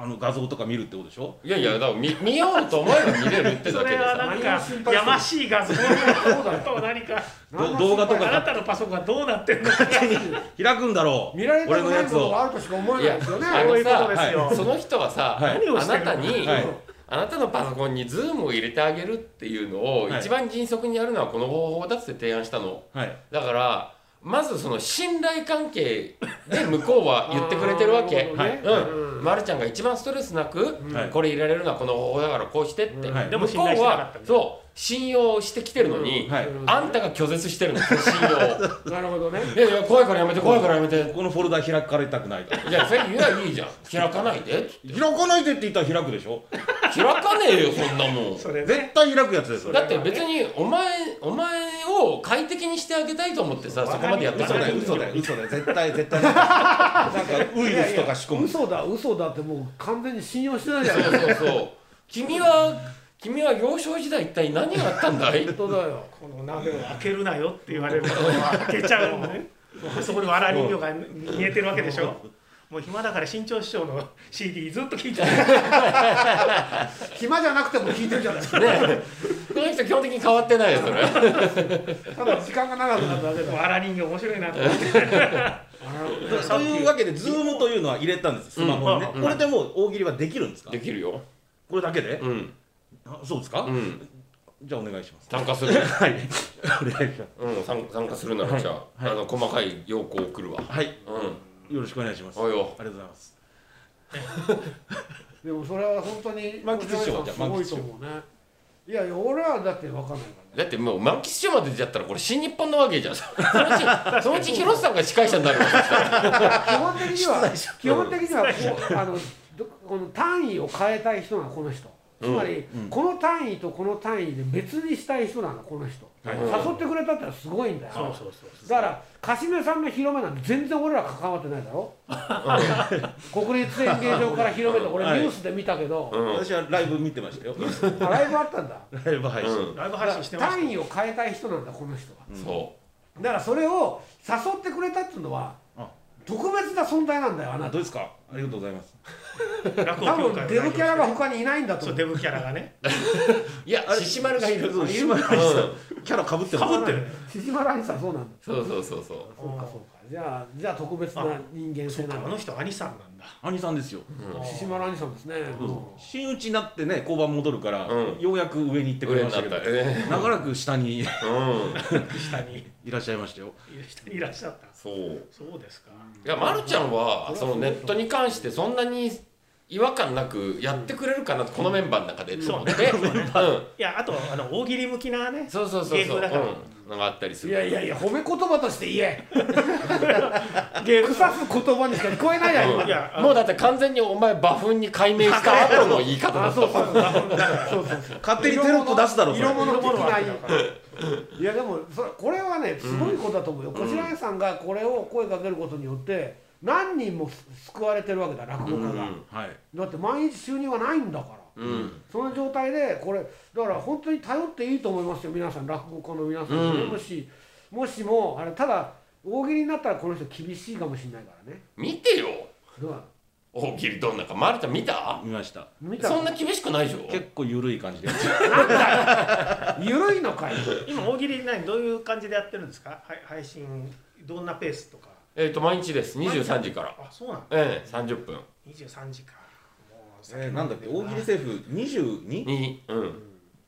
Speaker 1: あの画像とか見るってことでしょ
Speaker 3: いやいやだから見見ようと思えば見れるって
Speaker 4: そ
Speaker 3: だけ
Speaker 4: れ
Speaker 3: で
Speaker 4: は
Speaker 3: さ
Speaker 4: なん
Speaker 2: 何を
Speaker 4: か
Speaker 2: 心配する
Speaker 4: やましい画像と何か
Speaker 1: ど
Speaker 2: 何
Speaker 1: 動画と
Speaker 4: あ
Speaker 1: か
Speaker 4: なたのパソコンがどうなってるのか
Speaker 1: 開くんだろう
Speaker 2: 見られた
Speaker 1: 俺
Speaker 2: く
Speaker 1: の
Speaker 2: ない
Speaker 1: や
Speaker 2: こ
Speaker 1: つ
Speaker 2: と
Speaker 1: を
Speaker 2: があるとしか思
Speaker 3: い
Speaker 2: えない
Speaker 3: や
Speaker 2: ですよね
Speaker 3: あの
Speaker 4: そういうことです
Speaker 3: さ
Speaker 4: よ
Speaker 3: その人はさ
Speaker 1: はい
Speaker 4: 何を
Speaker 3: あ
Speaker 4: して
Speaker 3: な
Speaker 4: るの
Speaker 3: たに
Speaker 1: はい
Speaker 3: あなたのパソコンにズームを入れてあげるっていうのを
Speaker 1: はい
Speaker 3: 一番迅速にやるのはこの方法だって提案したの
Speaker 1: はい
Speaker 3: だからまずその信頼関係で向こうは言ってくれてるわけ
Speaker 2: あーなるほどね
Speaker 3: うん、ま、るちゃんが一番ストレスなく、
Speaker 1: はい
Speaker 3: これ入れられるのはこの方法だからこうしてって、
Speaker 2: うん
Speaker 1: はい
Speaker 3: で
Speaker 4: で
Speaker 3: も
Speaker 4: も
Speaker 3: 向こう
Speaker 4: 信頼してなか
Speaker 3: は
Speaker 4: ったみたいな
Speaker 3: そう信用してきてるのに、
Speaker 1: はい
Speaker 3: あんたが拒絶してるのその信用を
Speaker 2: なるほどね
Speaker 3: いやいや怖いからやめて怖いからやめて
Speaker 1: このフォルダ開かれたくないから
Speaker 3: いやそれ言えばいいじゃん開かないで
Speaker 1: 開かないでって言ったら開くでしょ
Speaker 3: 開かねえよそんなもん
Speaker 4: それね
Speaker 1: 絶対開くやつですよ
Speaker 3: だって別にお前お前を快適にしてあげたいと思ってさそこまでやって
Speaker 1: 嘘
Speaker 3: きたん
Speaker 1: だ
Speaker 3: だ
Speaker 1: よ
Speaker 3: よ
Speaker 1: 嘘だよ嘘だよ絶対絶対 なんかウイルスとか仕込む
Speaker 2: 嘘だ嘘だってもう完全に信用してないじゃ
Speaker 3: そ
Speaker 2: ん
Speaker 3: うそうそう君は君は幼少時代一体何があったんだい
Speaker 2: 本当だよ
Speaker 4: この鍋を開けるなよって言われ ると開けちゃうのねそこにわら人形が見えてるわけでしょもう暇だから新潮師匠の CD ずっと聞いてる
Speaker 2: 暇じゃなくても聞いてるじゃない
Speaker 3: ねえこの人基本的に変わってないよそれ
Speaker 2: ただ時間が長くなるだ けだよ
Speaker 4: わら人形面白いなと思って
Speaker 1: というわけで Zoom というのは入れたんですスマホにね、
Speaker 3: うん
Speaker 1: これでもう大喜利はできるんですか
Speaker 3: できるよ
Speaker 1: これだけで、
Speaker 3: うん
Speaker 1: あそうですか、
Speaker 3: うん
Speaker 1: じゃあお願いし ます
Speaker 3: 参加する
Speaker 1: はいお願いします
Speaker 3: うん参参加するならじゃあ,、あの細かい要項を送るわ
Speaker 1: はい
Speaker 3: うん
Speaker 1: よろしくお願いしますあ
Speaker 3: おい
Speaker 1: りが
Speaker 3: よ
Speaker 1: とうございます
Speaker 2: でもそれは本当に
Speaker 1: 満喫師匠はじゃあ
Speaker 2: すごいと思うねいやいや俺はだって分かんないからね
Speaker 3: だってもう満喫賞まで出ちゃったらこれ新日本なわけじゃんそのうち そのうち広瀬さんが司会者になるわけ
Speaker 2: 基本的には基本的にはこうあのどこの単位を変えたい人なのこの人つまり、
Speaker 1: うん
Speaker 2: この単位とこの単位で別にしたい人なのこの人、
Speaker 3: はい
Speaker 2: 誘ってくれたってのはすごいんだよ
Speaker 4: そうそうそう
Speaker 2: だからカシメさんの広めなんて全然俺ら関わってないだろ国立演芸場から広めて俺
Speaker 1: はい
Speaker 2: ニュースで見たけど、
Speaker 3: うん
Speaker 1: 私はライブ見てましたよ
Speaker 2: あライブあったんだ
Speaker 1: ライブ配信、
Speaker 3: うん
Speaker 4: ライブ
Speaker 2: だか
Speaker 4: 配
Speaker 2: ら
Speaker 4: 信してました
Speaker 2: 単位を変えたい人なんだこの人は
Speaker 3: そ
Speaker 2: だからそれを誘ってくれたっていうのは
Speaker 1: あ
Speaker 2: 特別な存在なんだよあ
Speaker 1: あ
Speaker 2: な
Speaker 1: どう
Speaker 2: た
Speaker 1: ですかありがとうございます
Speaker 4: 落
Speaker 2: 多分デブキャラが他にいないんだと
Speaker 4: そう
Speaker 2: 思
Speaker 4: デ
Speaker 2: う
Speaker 4: ブキャラがね
Speaker 3: ういや獅子丸がいる
Speaker 1: そう
Speaker 3: い
Speaker 1: 獅
Speaker 3: る
Speaker 1: 子丸がいるキャラかぶって
Speaker 4: かぶってる
Speaker 2: 縮まらんさんそうなんだ
Speaker 3: そうそうそうそう
Speaker 2: そうかそうかじゃあじゃあ特別な人間
Speaker 4: そ
Speaker 2: 性
Speaker 4: っ
Speaker 2: な
Speaker 4: かあ
Speaker 2: ん
Speaker 4: の
Speaker 2: だ
Speaker 4: 人兄さんなんだ
Speaker 1: 兄さんですよ
Speaker 3: うん
Speaker 2: 獅子丸兄さんですねもう
Speaker 1: 真打ちになってね交番戻るから、
Speaker 3: うん
Speaker 1: ようやく上に行ってくれましたけど
Speaker 3: 上になったね
Speaker 1: 長らく下に
Speaker 3: うん
Speaker 4: 下に
Speaker 1: いらっしゃいましたよ
Speaker 4: 下にいらっしゃった
Speaker 3: そう
Speaker 4: そうですか
Speaker 3: いや、ま、るちゃんはそのネットに関してそんなに違和感なくやってくれるかなとこのメンバーの中でと思って、うん
Speaker 4: いやあとあの大喜利向きなね
Speaker 3: そうそうそう
Speaker 4: 芸
Speaker 3: そう、
Speaker 4: 風だから
Speaker 3: うん、のがあったりす
Speaker 2: い
Speaker 3: る
Speaker 2: やいやいや褒め言葉として言え
Speaker 4: 芸
Speaker 2: 腐
Speaker 4: 風
Speaker 2: す言葉にしか聞こえないや
Speaker 3: うん
Speaker 2: 今
Speaker 4: いやあの
Speaker 3: もうだって完全にお前馬フンに改名した後の言い方だ
Speaker 2: あ
Speaker 3: っ
Speaker 2: そ
Speaker 3: た
Speaker 2: うそうそうそうそう
Speaker 1: 勝手にテロップ出すだろそれ
Speaker 2: 色物
Speaker 4: 色
Speaker 2: 的
Speaker 4: 物
Speaker 2: な
Speaker 4: は
Speaker 2: 言いいやでもそれこれはねすごいことだと思うよ、こちらさんがこれを声かけることによって何人も救われてるわけだ落語家が、
Speaker 1: はい
Speaker 2: だって毎日収入がないんだから
Speaker 3: うん
Speaker 2: その状態でこれだから本当に頼っていいと思いますよ皆さん落語家の皆さん、
Speaker 3: うん
Speaker 2: もしもしもあれただ大喜利になったらこの人厳しいかもしれないからね
Speaker 3: 見てよ
Speaker 2: どうなの
Speaker 3: 大喜利どんなかまるちゃん見た
Speaker 1: 見ました
Speaker 2: 見た
Speaker 3: そんな厳しくないでしょ
Speaker 1: 結構ゆるい感じで
Speaker 2: 緩い のかい
Speaker 4: 今大喜利何どういう感じでやってるんですかはい配信どんなペースとか
Speaker 3: えっ、と毎日です23時から
Speaker 4: あそうなの
Speaker 3: ええ30分
Speaker 4: 23時かもう酒
Speaker 1: えー
Speaker 4: 飲
Speaker 1: なんだっけ大喜利政府 22?
Speaker 3: にうん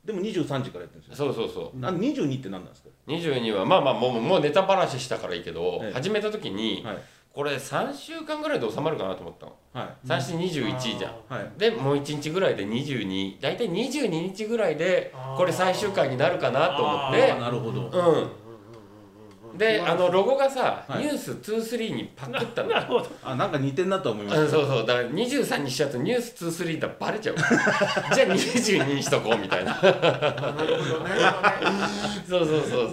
Speaker 1: でも23時からやってるんですよ
Speaker 3: そうそうそう
Speaker 1: あ22って何なんですか
Speaker 3: 22はまあまあもうもうネタばらししたからいいけど、
Speaker 1: ええ
Speaker 3: 始めた時に、
Speaker 1: はい
Speaker 3: これ3週間ぐらいで収まるかなと思ったの
Speaker 1: は
Speaker 3: 3週21じゃん
Speaker 1: いはい
Speaker 3: でもう1日ぐらいで22大体22日ぐらいで
Speaker 4: あー
Speaker 3: これ最終回になるかなと思っ
Speaker 1: あーなるほど、
Speaker 3: てうんであのロゴがさ「
Speaker 1: はい
Speaker 3: ニュース23にパクったの
Speaker 4: なるほど
Speaker 1: あなんか似てんなとは思いま
Speaker 3: うん
Speaker 1: し
Speaker 3: そうそうだから23にしちゃうと「ニュース23」だバレちゃう じゃあ22にしとこうみたいな そうそうそうそ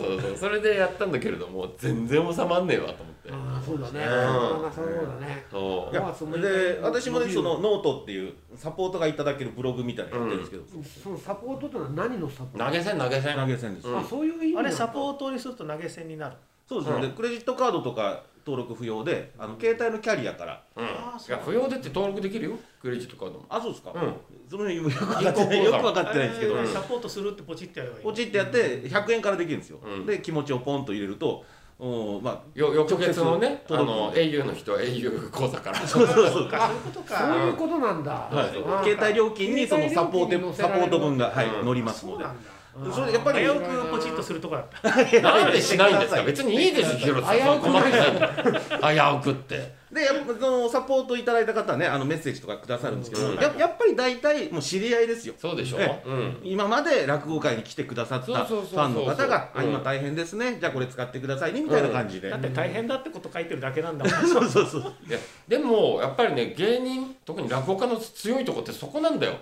Speaker 3: うそうそれでやったんだけれども全然収まんねえわと思って
Speaker 2: ああそうだね、
Speaker 3: うん
Speaker 2: まあそうだね、
Speaker 3: そ
Speaker 1: たいや
Speaker 2: まあその
Speaker 1: で私もねそのノートっていうサポートがいただけるブログみたいなのやってるんですけど、
Speaker 2: そのサポートってのは何のサポ
Speaker 3: う
Speaker 2: ート
Speaker 3: 投げ銭投げ銭
Speaker 1: 投げ銭です、
Speaker 3: うん
Speaker 2: あそういう意味
Speaker 4: あれサ
Speaker 2: ー
Speaker 4: ポートにすると投げ銭になる
Speaker 1: そうですね、
Speaker 3: うん
Speaker 1: でクレジットカードとか登録不要であの携帯のキャリアから
Speaker 3: うんい
Speaker 4: あーそう
Speaker 3: や不要でって登録できるよクレジットカードも
Speaker 1: あそうですか、
Speaker 3: うん
Speaker 1: その辺よく分かってないよく分かってないんですけど、
Speaker 4: あ
Speaker 1: う
Speaker 4: れ
Speaker 1: ん
Speaker 4: サポートするってポチってやればいい
Speaker 1: ポチってやって100円からできるんですよ、
Speaker 3: うん
Speaker 1: で気持ちをポンと入れるとおま
Speaker 3: よ翌月のねあ
Speaker 1: 直接
Speaker 3: の au の人は au 口座から
Speaker 1: あそうそうそ
Speaker 4: そ
Speaker 1: う
Speaker 4: うかそういうことか
Speaker 2: そういうことなんだ、
Speaker 1: はい
Speaker 3: そう
Speaker 2: ああ
Speaker 1: 携帯料金にそのサポ
Speaker 2: 携帯
Speaker 1: ー
Speaker 2: 料金
Speaker 1: ト
Speaker 2: に載せら
Speaker 1: サ
Speaker 2: れ
Speaker 1: ポ
Speaker 2: る
Speaker 1: ート分が、はい
Speaker 3: うん
Speaker 1: 乗ります
Speaker 4: そ
Speaker 1: の
Speaker 4: う
Speaker 1: で
Speaker 4: なんだ
Speaker 2: うん
Speaker 1: それやっぱり
Speaker 4: 危うくポチッとするとこだった
Speaker 3: なんでしないんですか別にいいですよ広瀬さん
Speaker 2: 危うく
Speaker 3: 困ってないんだ危うくって
Speaker 1: でやっぱそのサポートいただいた方はねあのメッセージとかくださるんですけど、
Speaker 3: うん
Speaker 1: ややっぱり大体もう知り合いですよ
Speaker 3: そうでしょ
Speaker 1: え
Speaker 3: うん
Speaker 1: 今まで落語会に来てくださったフ
Speaker 3: そうそうそうそう
Speaker 1: ァンの方が「あ
Speaker 3: うん
Speaker 1: 今大変ですねじゃあこれ使ってくださいね」みたいな感じで、
Speaker 4: だって大変だってこと書いてるだけなんだもん
Speaker 1: そうそうそう
Speaker 3: いやでもやっぱりね芸人特に落語家の強いとこってそこなんだよ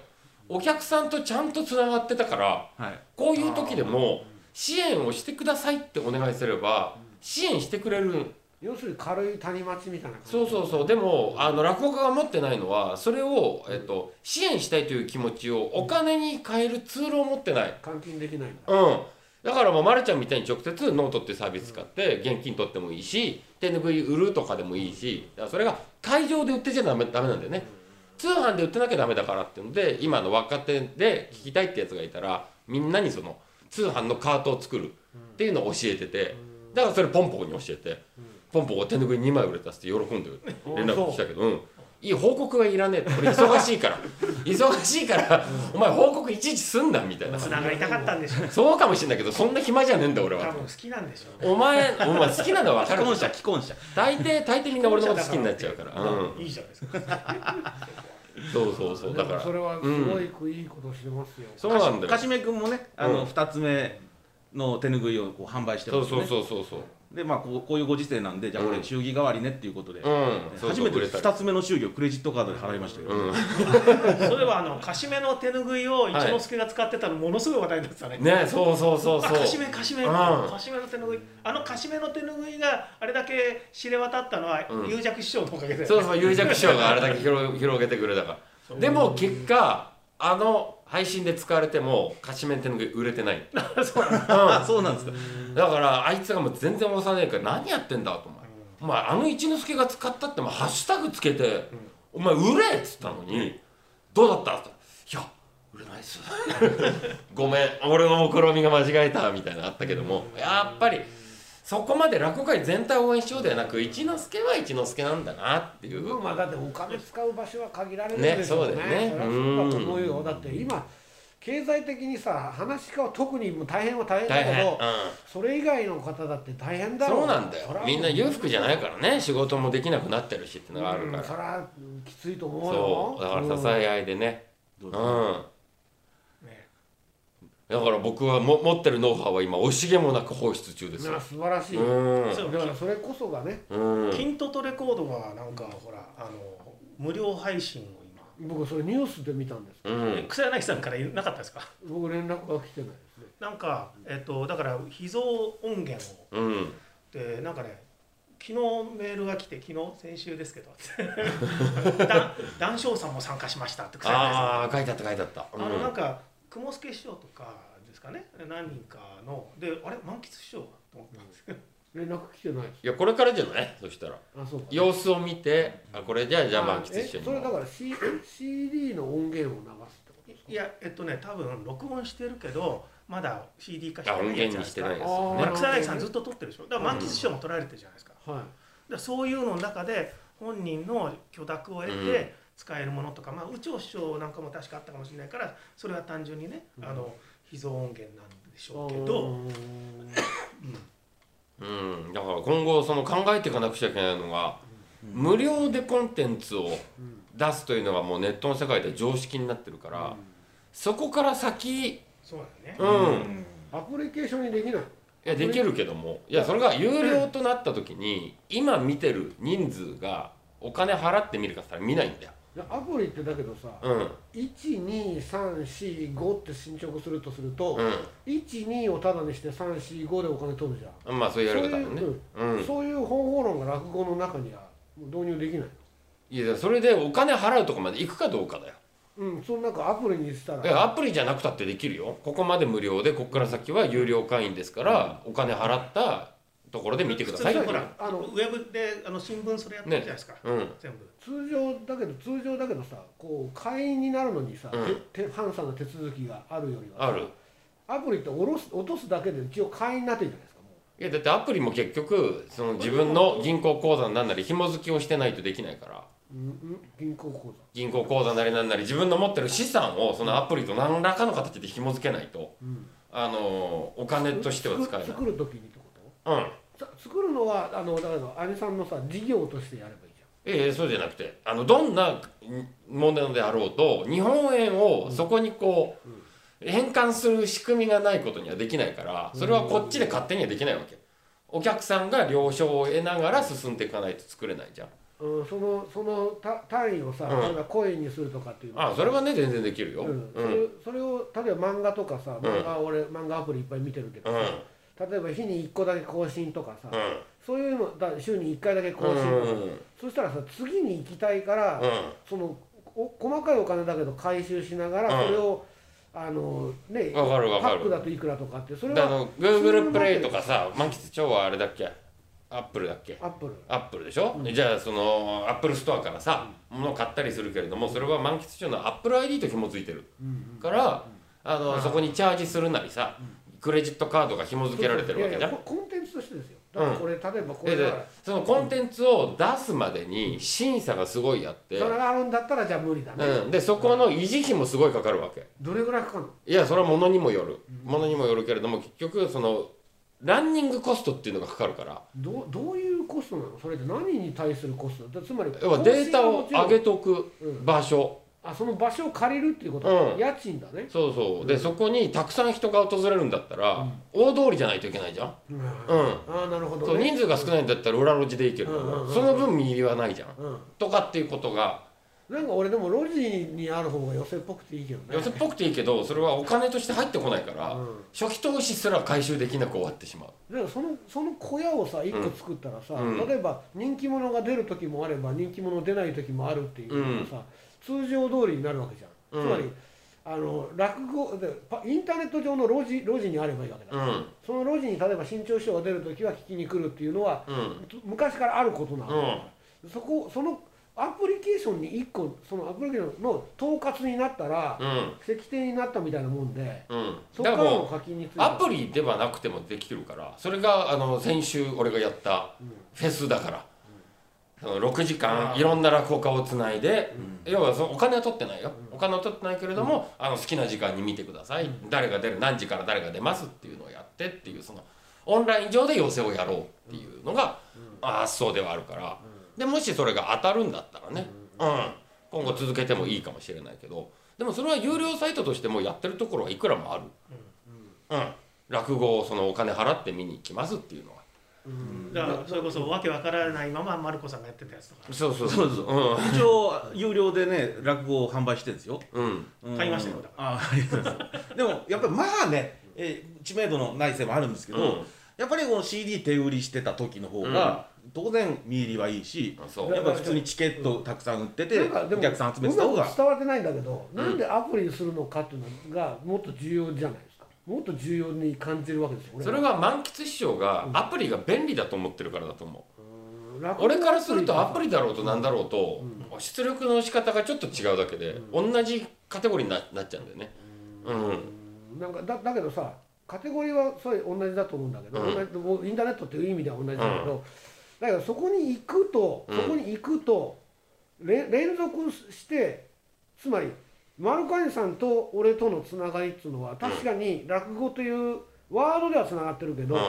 Speaker 3: お客さんとちゃんとつながってたから
Speaker 1: はい
Speaker 3: こういう時でも支援をしてくださいってお願いすれば支援してくれる
Speaker 2: 要するに軽い谷町みたいな感じ
Speaker 3: そうそうそうでもあの落語家が持ってないのはそれを、えっと、支援したいという気持ちをお金に変えるツールを持ってない
Speaker 2: 換金できないんだ
Speaker 3: うん、だからもうまるちゃんみたいに直接ノートっていうサービス使って現金取ってもいいし手拭い売るとかでもいいしだからそれが会場で売ってちゃダメダメなんだよね通販で売ってなきゃダメだからっていうので今の若手で聞きたいってやつがいたらみんなにその通販のカートを作るっていうのを教えててだからそれポンポコに教えてポンポコが手拭い2枚売れたっつって喜んでる連絡来たけどうん。いい報告はいらねえって俺忙しいから忙しいからお前報告いちいちすんなみたいな
Speaker 4: つながりたかったんでしょう
Speaker 3: そうかもしれないけど、そんな暇じゃねえんだ俺
Speaker 4: 多
Speaker 3: は。
Speaker 4: 分好きなんでしょうね
Speaker 3: お前、お前好きな のは分
Speaker 1: 既
Speaker 3: かる
Speaker 1: 婚者既婚者
Speaker 3: 大抵、大抵みんな俺のこと好きになっちゃうから。うん
Speaker 4: いいじゃないですか
Speaker 3: そうそうそうだから
Speaker 2: それはすごいいいことしてますよ、
Speaker 3: そうなんだ
Speaker 1: か
Speaker 3: よ
Speaker 1: しめ君もねあの、
Speaker 3: うん
Speaker 1: 2つ目の手ぬぐいをこう販売して
Speaker 3: そ
Speaker 1: ま
Speaker 3: う
Speaker 1: すね
Speaker 3: そうそうそうそう
Speaker 1: でまあこうこういうご時世なんでじゃあこ
Speaker 3: う
Speaker 1: れ
Speaker 3: ん
Speaker 1: 祝儀代わりねっていうことで、
Speaker 3: うんそう
Speaker 1: 初
Speaker 3: そう
Speaker 1: め
Speaker 3: く
Speaker 1: て
Speaker 3: れたり
Speaker 1: 2つ目の祝儀をクレジットカードで払いましたけど、
Speaker 4: それはあのカシメの手ぬぐいを一之輔が使ってたのものすごい話題になってたね、
Speaker 3: うんねそうそうそう
Speaker 4: あ
Speaker 3: そう
Speaker 4: カシメカシメ、
Speaker 3: うん
Speaker 4: カシメの手ぬぐいあのカシメの手ぬぐいがあれだけ知れ渡ったのは
Speaker 3: うん
Speaker 4: 有弱師匠のおかげで、
Speaker 3: そうそう有弱師匠があれだけ広広げてくれたからでも結果あの配信で使われても菓子メンテの具売れてないそう
Speaker 1: あそうなんですか
Speaker 3: ん、だからあいつがもう全然幼いから何やってんだと思うお前あの一之輔が使ったってもうハッシュタグつけて、お前売れっつったのに、どうだったって言ったらいや売れないっす ごめん俺の目論みが間違えたみたいなのあったけども、やっぱりそこまで落語界全体を応援しようではなく一之輔は一之輔なんだなっていう、
Speaker 2: まあだってお金使う場所は限られるん
Speaker 3: ね
Speaker 2: ですよね
Speaker 3: そうだよね
Speaker 2: そりゃそうだと思うよだって今経済的にさ話し家は特にもう大変は大変だ
Speaker 3: 大
Speaker 2: け
Speaker 3: 変、うん、
Speaker 2: どそれ以外の方だって大変だろ
Speaker 3: そうなんだよ
Speaker 2: そりゃ
Speaker 3: みんな裕福じゃないからね仕事もできなくなってるしってのがあるか
Speaker 2: う
Speaker 3: ら、
Speaker 2: んそりゃきついと思うよ
Speaker 3: そうだから支え合いでね
Speaker 1: ど
Speaker 3: う
Speaker 1: うんぞ
Speaker 4: ね
Speaker 3: だから僕はも持ってるノウハウは今惜しげもなく放出中です
Speaker 2: まあ
Speaker 3: よ
Speaker 2: 素晴らしい、
Speaker 3: うん
Speaker 4: そう
Speaker 2: だからそれこそがね
Speaker 3: うん
Speaker 4: 金トトレコードがなんかほらあの無料配信を
Speaker 2: 僕それニュースで見たんです
Speaker 3: うん
Speaker 4: 今草柳さんからなかったですか
Speaker 2: 僕連絡が来てないですね
Speaker 4: なんか、えっと、だから秘蔵音源を
Speaker 3: うん
Speaker 4: でなんかね昨日メールが来て昨日先週ですけど だ談笑さんも参加しましたって草柳さんが
Speaker 3: ああ書いてあった書いてあった
Speaker 4: あのなんか雲助師匠とかですかね何人かのであれ満喫師匠と思ったんですけど
Speaker 2: 連絡来てないです
Speaker 3: いやこれからじゃないそしたら
Speaker 2: あそうか
Speaker 3: 様子を見てあこれじゃあじゃあ満喫一緒
Speaker 2: え
Speaker 3: に
Speaker 2: それだから C CD の音源を流すってことですか
Speaker 4: いやえっとね多分録音してるけどまだ CD 化して
Speaker 3: あ
Speaker 4: ない
Speaker 3: 音
Speaker 4: やつ
Speaker 3: 源
Speaker 4: じゃ
Speaker 3: に
Speaker 4: ないで
Speaker 3: し
Speaker 4: す
Speaker 3: てないで
Speaker 4: か
Speaker 3: すよね
Speaker 2: あ
Speaker 4: 草柳さんずっと撮ってるでしょだから満喫師匠も撮られてるじゃないですか,、
Speaker 2: はい
Speaker 4: そういうのの中で本人の許諾を得
Speaker 3: うん
Speaker 4: て使えるものとか、まあ、宇宙師匠なんかも確かあったかもしれないからそれは単純にね、あの秘蔵音源なんでしょうけど、
Speaker 3: うんだから今後その考えていかなくちゃいけないのが無料でコンテンツを出すというのがもうネットの世界で常識になってるからそこから先
Speaker 4: そうなんだね、
Speaker 3: うん
Speaker 2: アプリケーションにできない
Speaker 3: いやできるけどもいやそれが有料となった時に今見てる人数がお金払って見るかって言ったら見ないんだよ
Speaker 2: でアプリってだけどさ、
Speaker 3: うん
Speaker 2: 12345って進捗するとすると、
Speaker 3: う
Speaker 2: 12をタダにして345でお金取るじゃん、
Speaker 3: んまあそういうやり方だよね
Speaker 2: そういう
Speaker 3: うん
Speaker 2: そういう方法論が落語の中には導入できない
Speaker 3: いやそれでお金払うとこまで行くかどうかだよ
Speaker 2: うんそのなんかアプリにした
Speaker 3: い
Speaker 2: ら
Speaker 3: やアプリじゃなくたってできるよここまで無料でここから先は有料会員ですからお金払ったところで見てください
Speaker 4: 普
Speaker 3: っ
Speaker 4: 通
Speaker 3: て
Speaker 4: に
Speaker 3: い
Speaker 4: ほ
Speaker 3: う
Speaker 4: ら
Speaker 2: あの
Speaker 4: ウェブであの新聞それやってるじゃないですか、
Speaker 3: うん
Speaker 4: 全部
Speaker 2: 通常だけど通常だけどさこう会員になるのにさ、
Speaker 3: うん
Speaker 2: ててハンさんの手続きがあるよりは
Speaker 3: ある
Speaker 2: アプリって下ろす落とすだけで一応会員になってるじゃないですかも
Speaker 3: いやだってアプリも結局その自分の銀行口座なんなり紐付きをしてないとできないから
Speaker 2: う、うんうん、銀行口
Speaker 3: 銀行口座なりなんなり自分の持ってる資産をそのアプリと何らかの形で紐付けないと、
Speaker 2: ん
Speaker 3: あのーお金としては使え
Speaker 2: 座
Speaker 3: ない
Speaker 2: 作る時にってこと
Speaker 3: うん
Speaker 2: さ作るのはあのだから兄さんのさ事業としてやればいいじ
Speaker 3: ええそうじゃなくてあのどんなんものであろうと日本円をそこにこう、変換する仕組みがないことにはできないからそれはこっちで勝手にはできないわけお客さんが了承を得ながら進んでいかないと作れないじゃん
Speaker 2: ゃん、うん、そのそのた単位をさ、
Speaker 3: うん
Speaker 2: 例えばコインにするとかっていうの
Speaker 3: あそれはね全然できるよう
Speaker 2: うんん、それそれを例えば漫画とかさ
Speaker 3: うん
Speaker 2: 漫画、俺漫画アプリいっぱい見てるけど
Speaker 3: うん
Speaker 2: さ、例えば日に1個だけ更新とかさ、
Speaker 3: うん
Speaker 2: そういうのだ週に1回だけ更
Speaker 3: う
Speaker 2: 新とか、
Speaker 3: んうん
Speaker 2: そしたらさ次に行きたいから、そのお細かいお金だけど回収しながら、
Speaker 3: うん
Speaker 2: それをあのね
Speaker 3: わかる
Speaker 2: パ
Speaker 3: わか
Speaker 2: ック
Speaker 3: る
Speaker 2: だといくらとかってそれ
Speaker 3: であ
Speaker 2: は
Speaker 3: の Google プレイとかさ満喫長はあれだっけアップルだっけ
Speaker 2: アップル
Speaker 3: アップルでしょ、じゃあそのアップルストアからさ、物を買ったりするけれどもそれは満喫長のアップル ID と紐付いてるから、あのそこにチャージするなりさ、クレジットカードが紐付けられてるわけ
Speaker 2: い
Speaker 3: じゃ
Speaker 2: や
Speaker 3: ん
Speaker 2: いやココンテンツとしてですよだからこれ、例えばこれ
Speaker 3: で
Speaker 2: だ
Speaker 3: で
Speaker 2: から
Speaker 3: そのコンテンツを出すまでに審査がすごいあって、
Speaker 2: それがあるんだったらじゃあ無理だね、
Speaker 3: うん、でそこの維持費もすごいかかるわけ
Speaker 2: どれぐらいかかるの
Speaker 3: いやそれは物にもよる物にもよるけれども結局そのランニングコストっていうのがかかるから
Speaker 2: どうどういうコストなのそれって何に対するコストだつまり
Speaker 3: 要はデータを上げ
Speaker 2: て
Speaker 3: とく場所、
Speaker 2: あその場所を借りるっていうこと
Speaker 3: う
Speaker 2: は
Speaker 3: ん
Speaker 2: 家賃だね、
Speaker 3: そうそうでそこにたくさん人が訪れるんだったら、大通りじゃないといけないじゃん
Speaker 2: うん
Speaker 3: うん
Speaker 2: ああなるほど、
Speaker 3: そ
Speaker 2: ね、
Speaker 3: う人数が少ないんだったら裏路地で行けるけ
Speaker 2: うんうんう
Speaker 3: ど
Speaker 2: ん
Speaker 3: その分右はないじゃん
Speaker 2: うん、
Speaker 3: とかっていうことが
Speaker 2: なんか俺でも路地にある方が寄せっぽくていいけどね
Speaker 3: 寄せっぽくていいけどそれはお金として入ってこないから
Speaker 2: うん
Speaker 3: 初期投資すら回収できなく終わってしまう
Speaker 2: でもそのその小屋をさ一個作ったらさ、
Speaker 3: うん
Speaker 2: 例えば人気者が出る時もあれば人気者出ない時もあるっていうのがさ、通常通りになるわけじゃん、
Speaker 3: うん
Speaker 2: つまりあの落語でパインターネット上の路地路地にあればいいわけだ、
Speaker 3: うん
Speaker 2: その路地に例えば新潮師匠が出る時は聞きに来るっていうのは、
Speaker 3: うん
Speaker 2: 昔からあることなの、そこそのアプリケーションに一個そのアプリケーションの統括になったら、
Speaker 3: うん
Speaker 2: 石庭になったみたいなもんで
Speaker 3: うん
Speaker 2: そこ
Speaker 3: だ
Speaker 2: か
Speaker 3: かららもう
Speaker 2: の課金について
Speaker 3: アプリではなくてもできてるからそれがあの先週俺がやったフェスだから、その6時間いろんな落語家をつないで、要はそのお金は取ってないよ、お金は取ってないけれども、あの好きな時間に見てください、誰が出る何時から誰が出ますっていうのをやってっていうそのオンライン上で寄せをやろうっていうのが、発想ではあるから、でもしそれが当たるんだったらね、うん今後続けてもいいかもしれないけどでもそれは有料サイトとしてもやってるところはいくらもある。うん、落語をそのお金払って見に行きますっていうのは
Speaker 4: だからそれこそわけわからないままマルコさんがやってたやつとか
Speaker 3: そうそうそうそううん
Speaker 1: 一応有料でね落語を販売してるんですよ
Speaker 3: うん
Speaker 1: うん
Speaker 4: 買いましたよ
Speaker 1: ああありがとうございますでもやっぱりまあね、えー知名度のないせいもあるんですけど、
Speaker 3: うん
Speaker 1: やっぱりこの CD 手売りしてた時の方が、当然見入りはいいし
Speaker 3: あそう
Speaker 1: やっぱ普通にチケットたくさん売ってて、
Speaker 2: なんかで
Speaker 1: お
Speaker 2: も
Speaker 1: 客さん集めてた方
Speaker 2: うま
Speaker 1: が
Speaker 2: く伝わってないんだけど、なんでアプリにするのかっていうのがもっと重要じゃないですかもっと重要に感じるわけですよ
Speaker 3: それは満喫師匠がアプリが便利だと思ってるからだと思う
Speaker 2: 落語の
Speaker 3: 俺からするとアプリだろうとなんだろうと出力の仕方がちょっと違うだけで同じカテゴリーにななっちゃうんだよねうん
Speaker 2: なんかだだけどさカテゴリーはそれ同じだと思うんだけど、
Speaker 3: うん
Speaker 2: 同じもうインターネットっていう意味では同じだけど、だけどそこに行くと
Speaker 3: うん
Speaker 2: そこに行くと、れ連続してつまりマルカニさんと俺とのつながりっていうのは確かに落語というワードではつながってるけど、
Speaker 3: う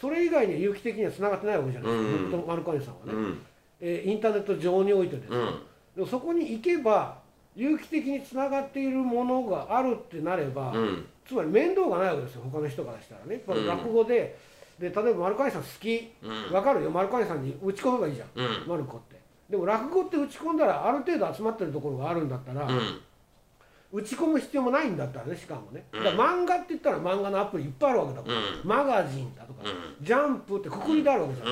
Speaker 2: それ以外には有機的にはつながってないわけじゃないです
Speaker 3: うん
Speaker 2: か、マルカニさんはね、
Speaker 3: んうん
Speaker 2: えーインターネット上においてです、
Speaker 3: うん
Speaker 2: でもそこに行けば有機的につながっているものがあるってなれば、
Speaker 3: うん
Speaker 2: つまり面倒がないわけですよ他の人からしたらねこれ落語で,、で例えば丸川さん好き
Speaker 3: うん
Speaker 2: わかるよ丸川さんに打ち込めばいいじゃん、
Speaker 3: うん
Speaker 2: マルコってでも落語って打ち込んだらある程度集まってるところがあるんだったら、
Speaker 3: うん
Speaker 2: 打ち込む必要もないんだったらねしかもね、
Speaker 3: うん
Speaker 2: だから漫画って言ったら漫画のアプリいっぱいあるわけだから、
Speaker 3: う
Speaker 2: マガジンだとか、
Speaker 3: う
Speaker 2: ジャンプってくくりであるわけじゃん、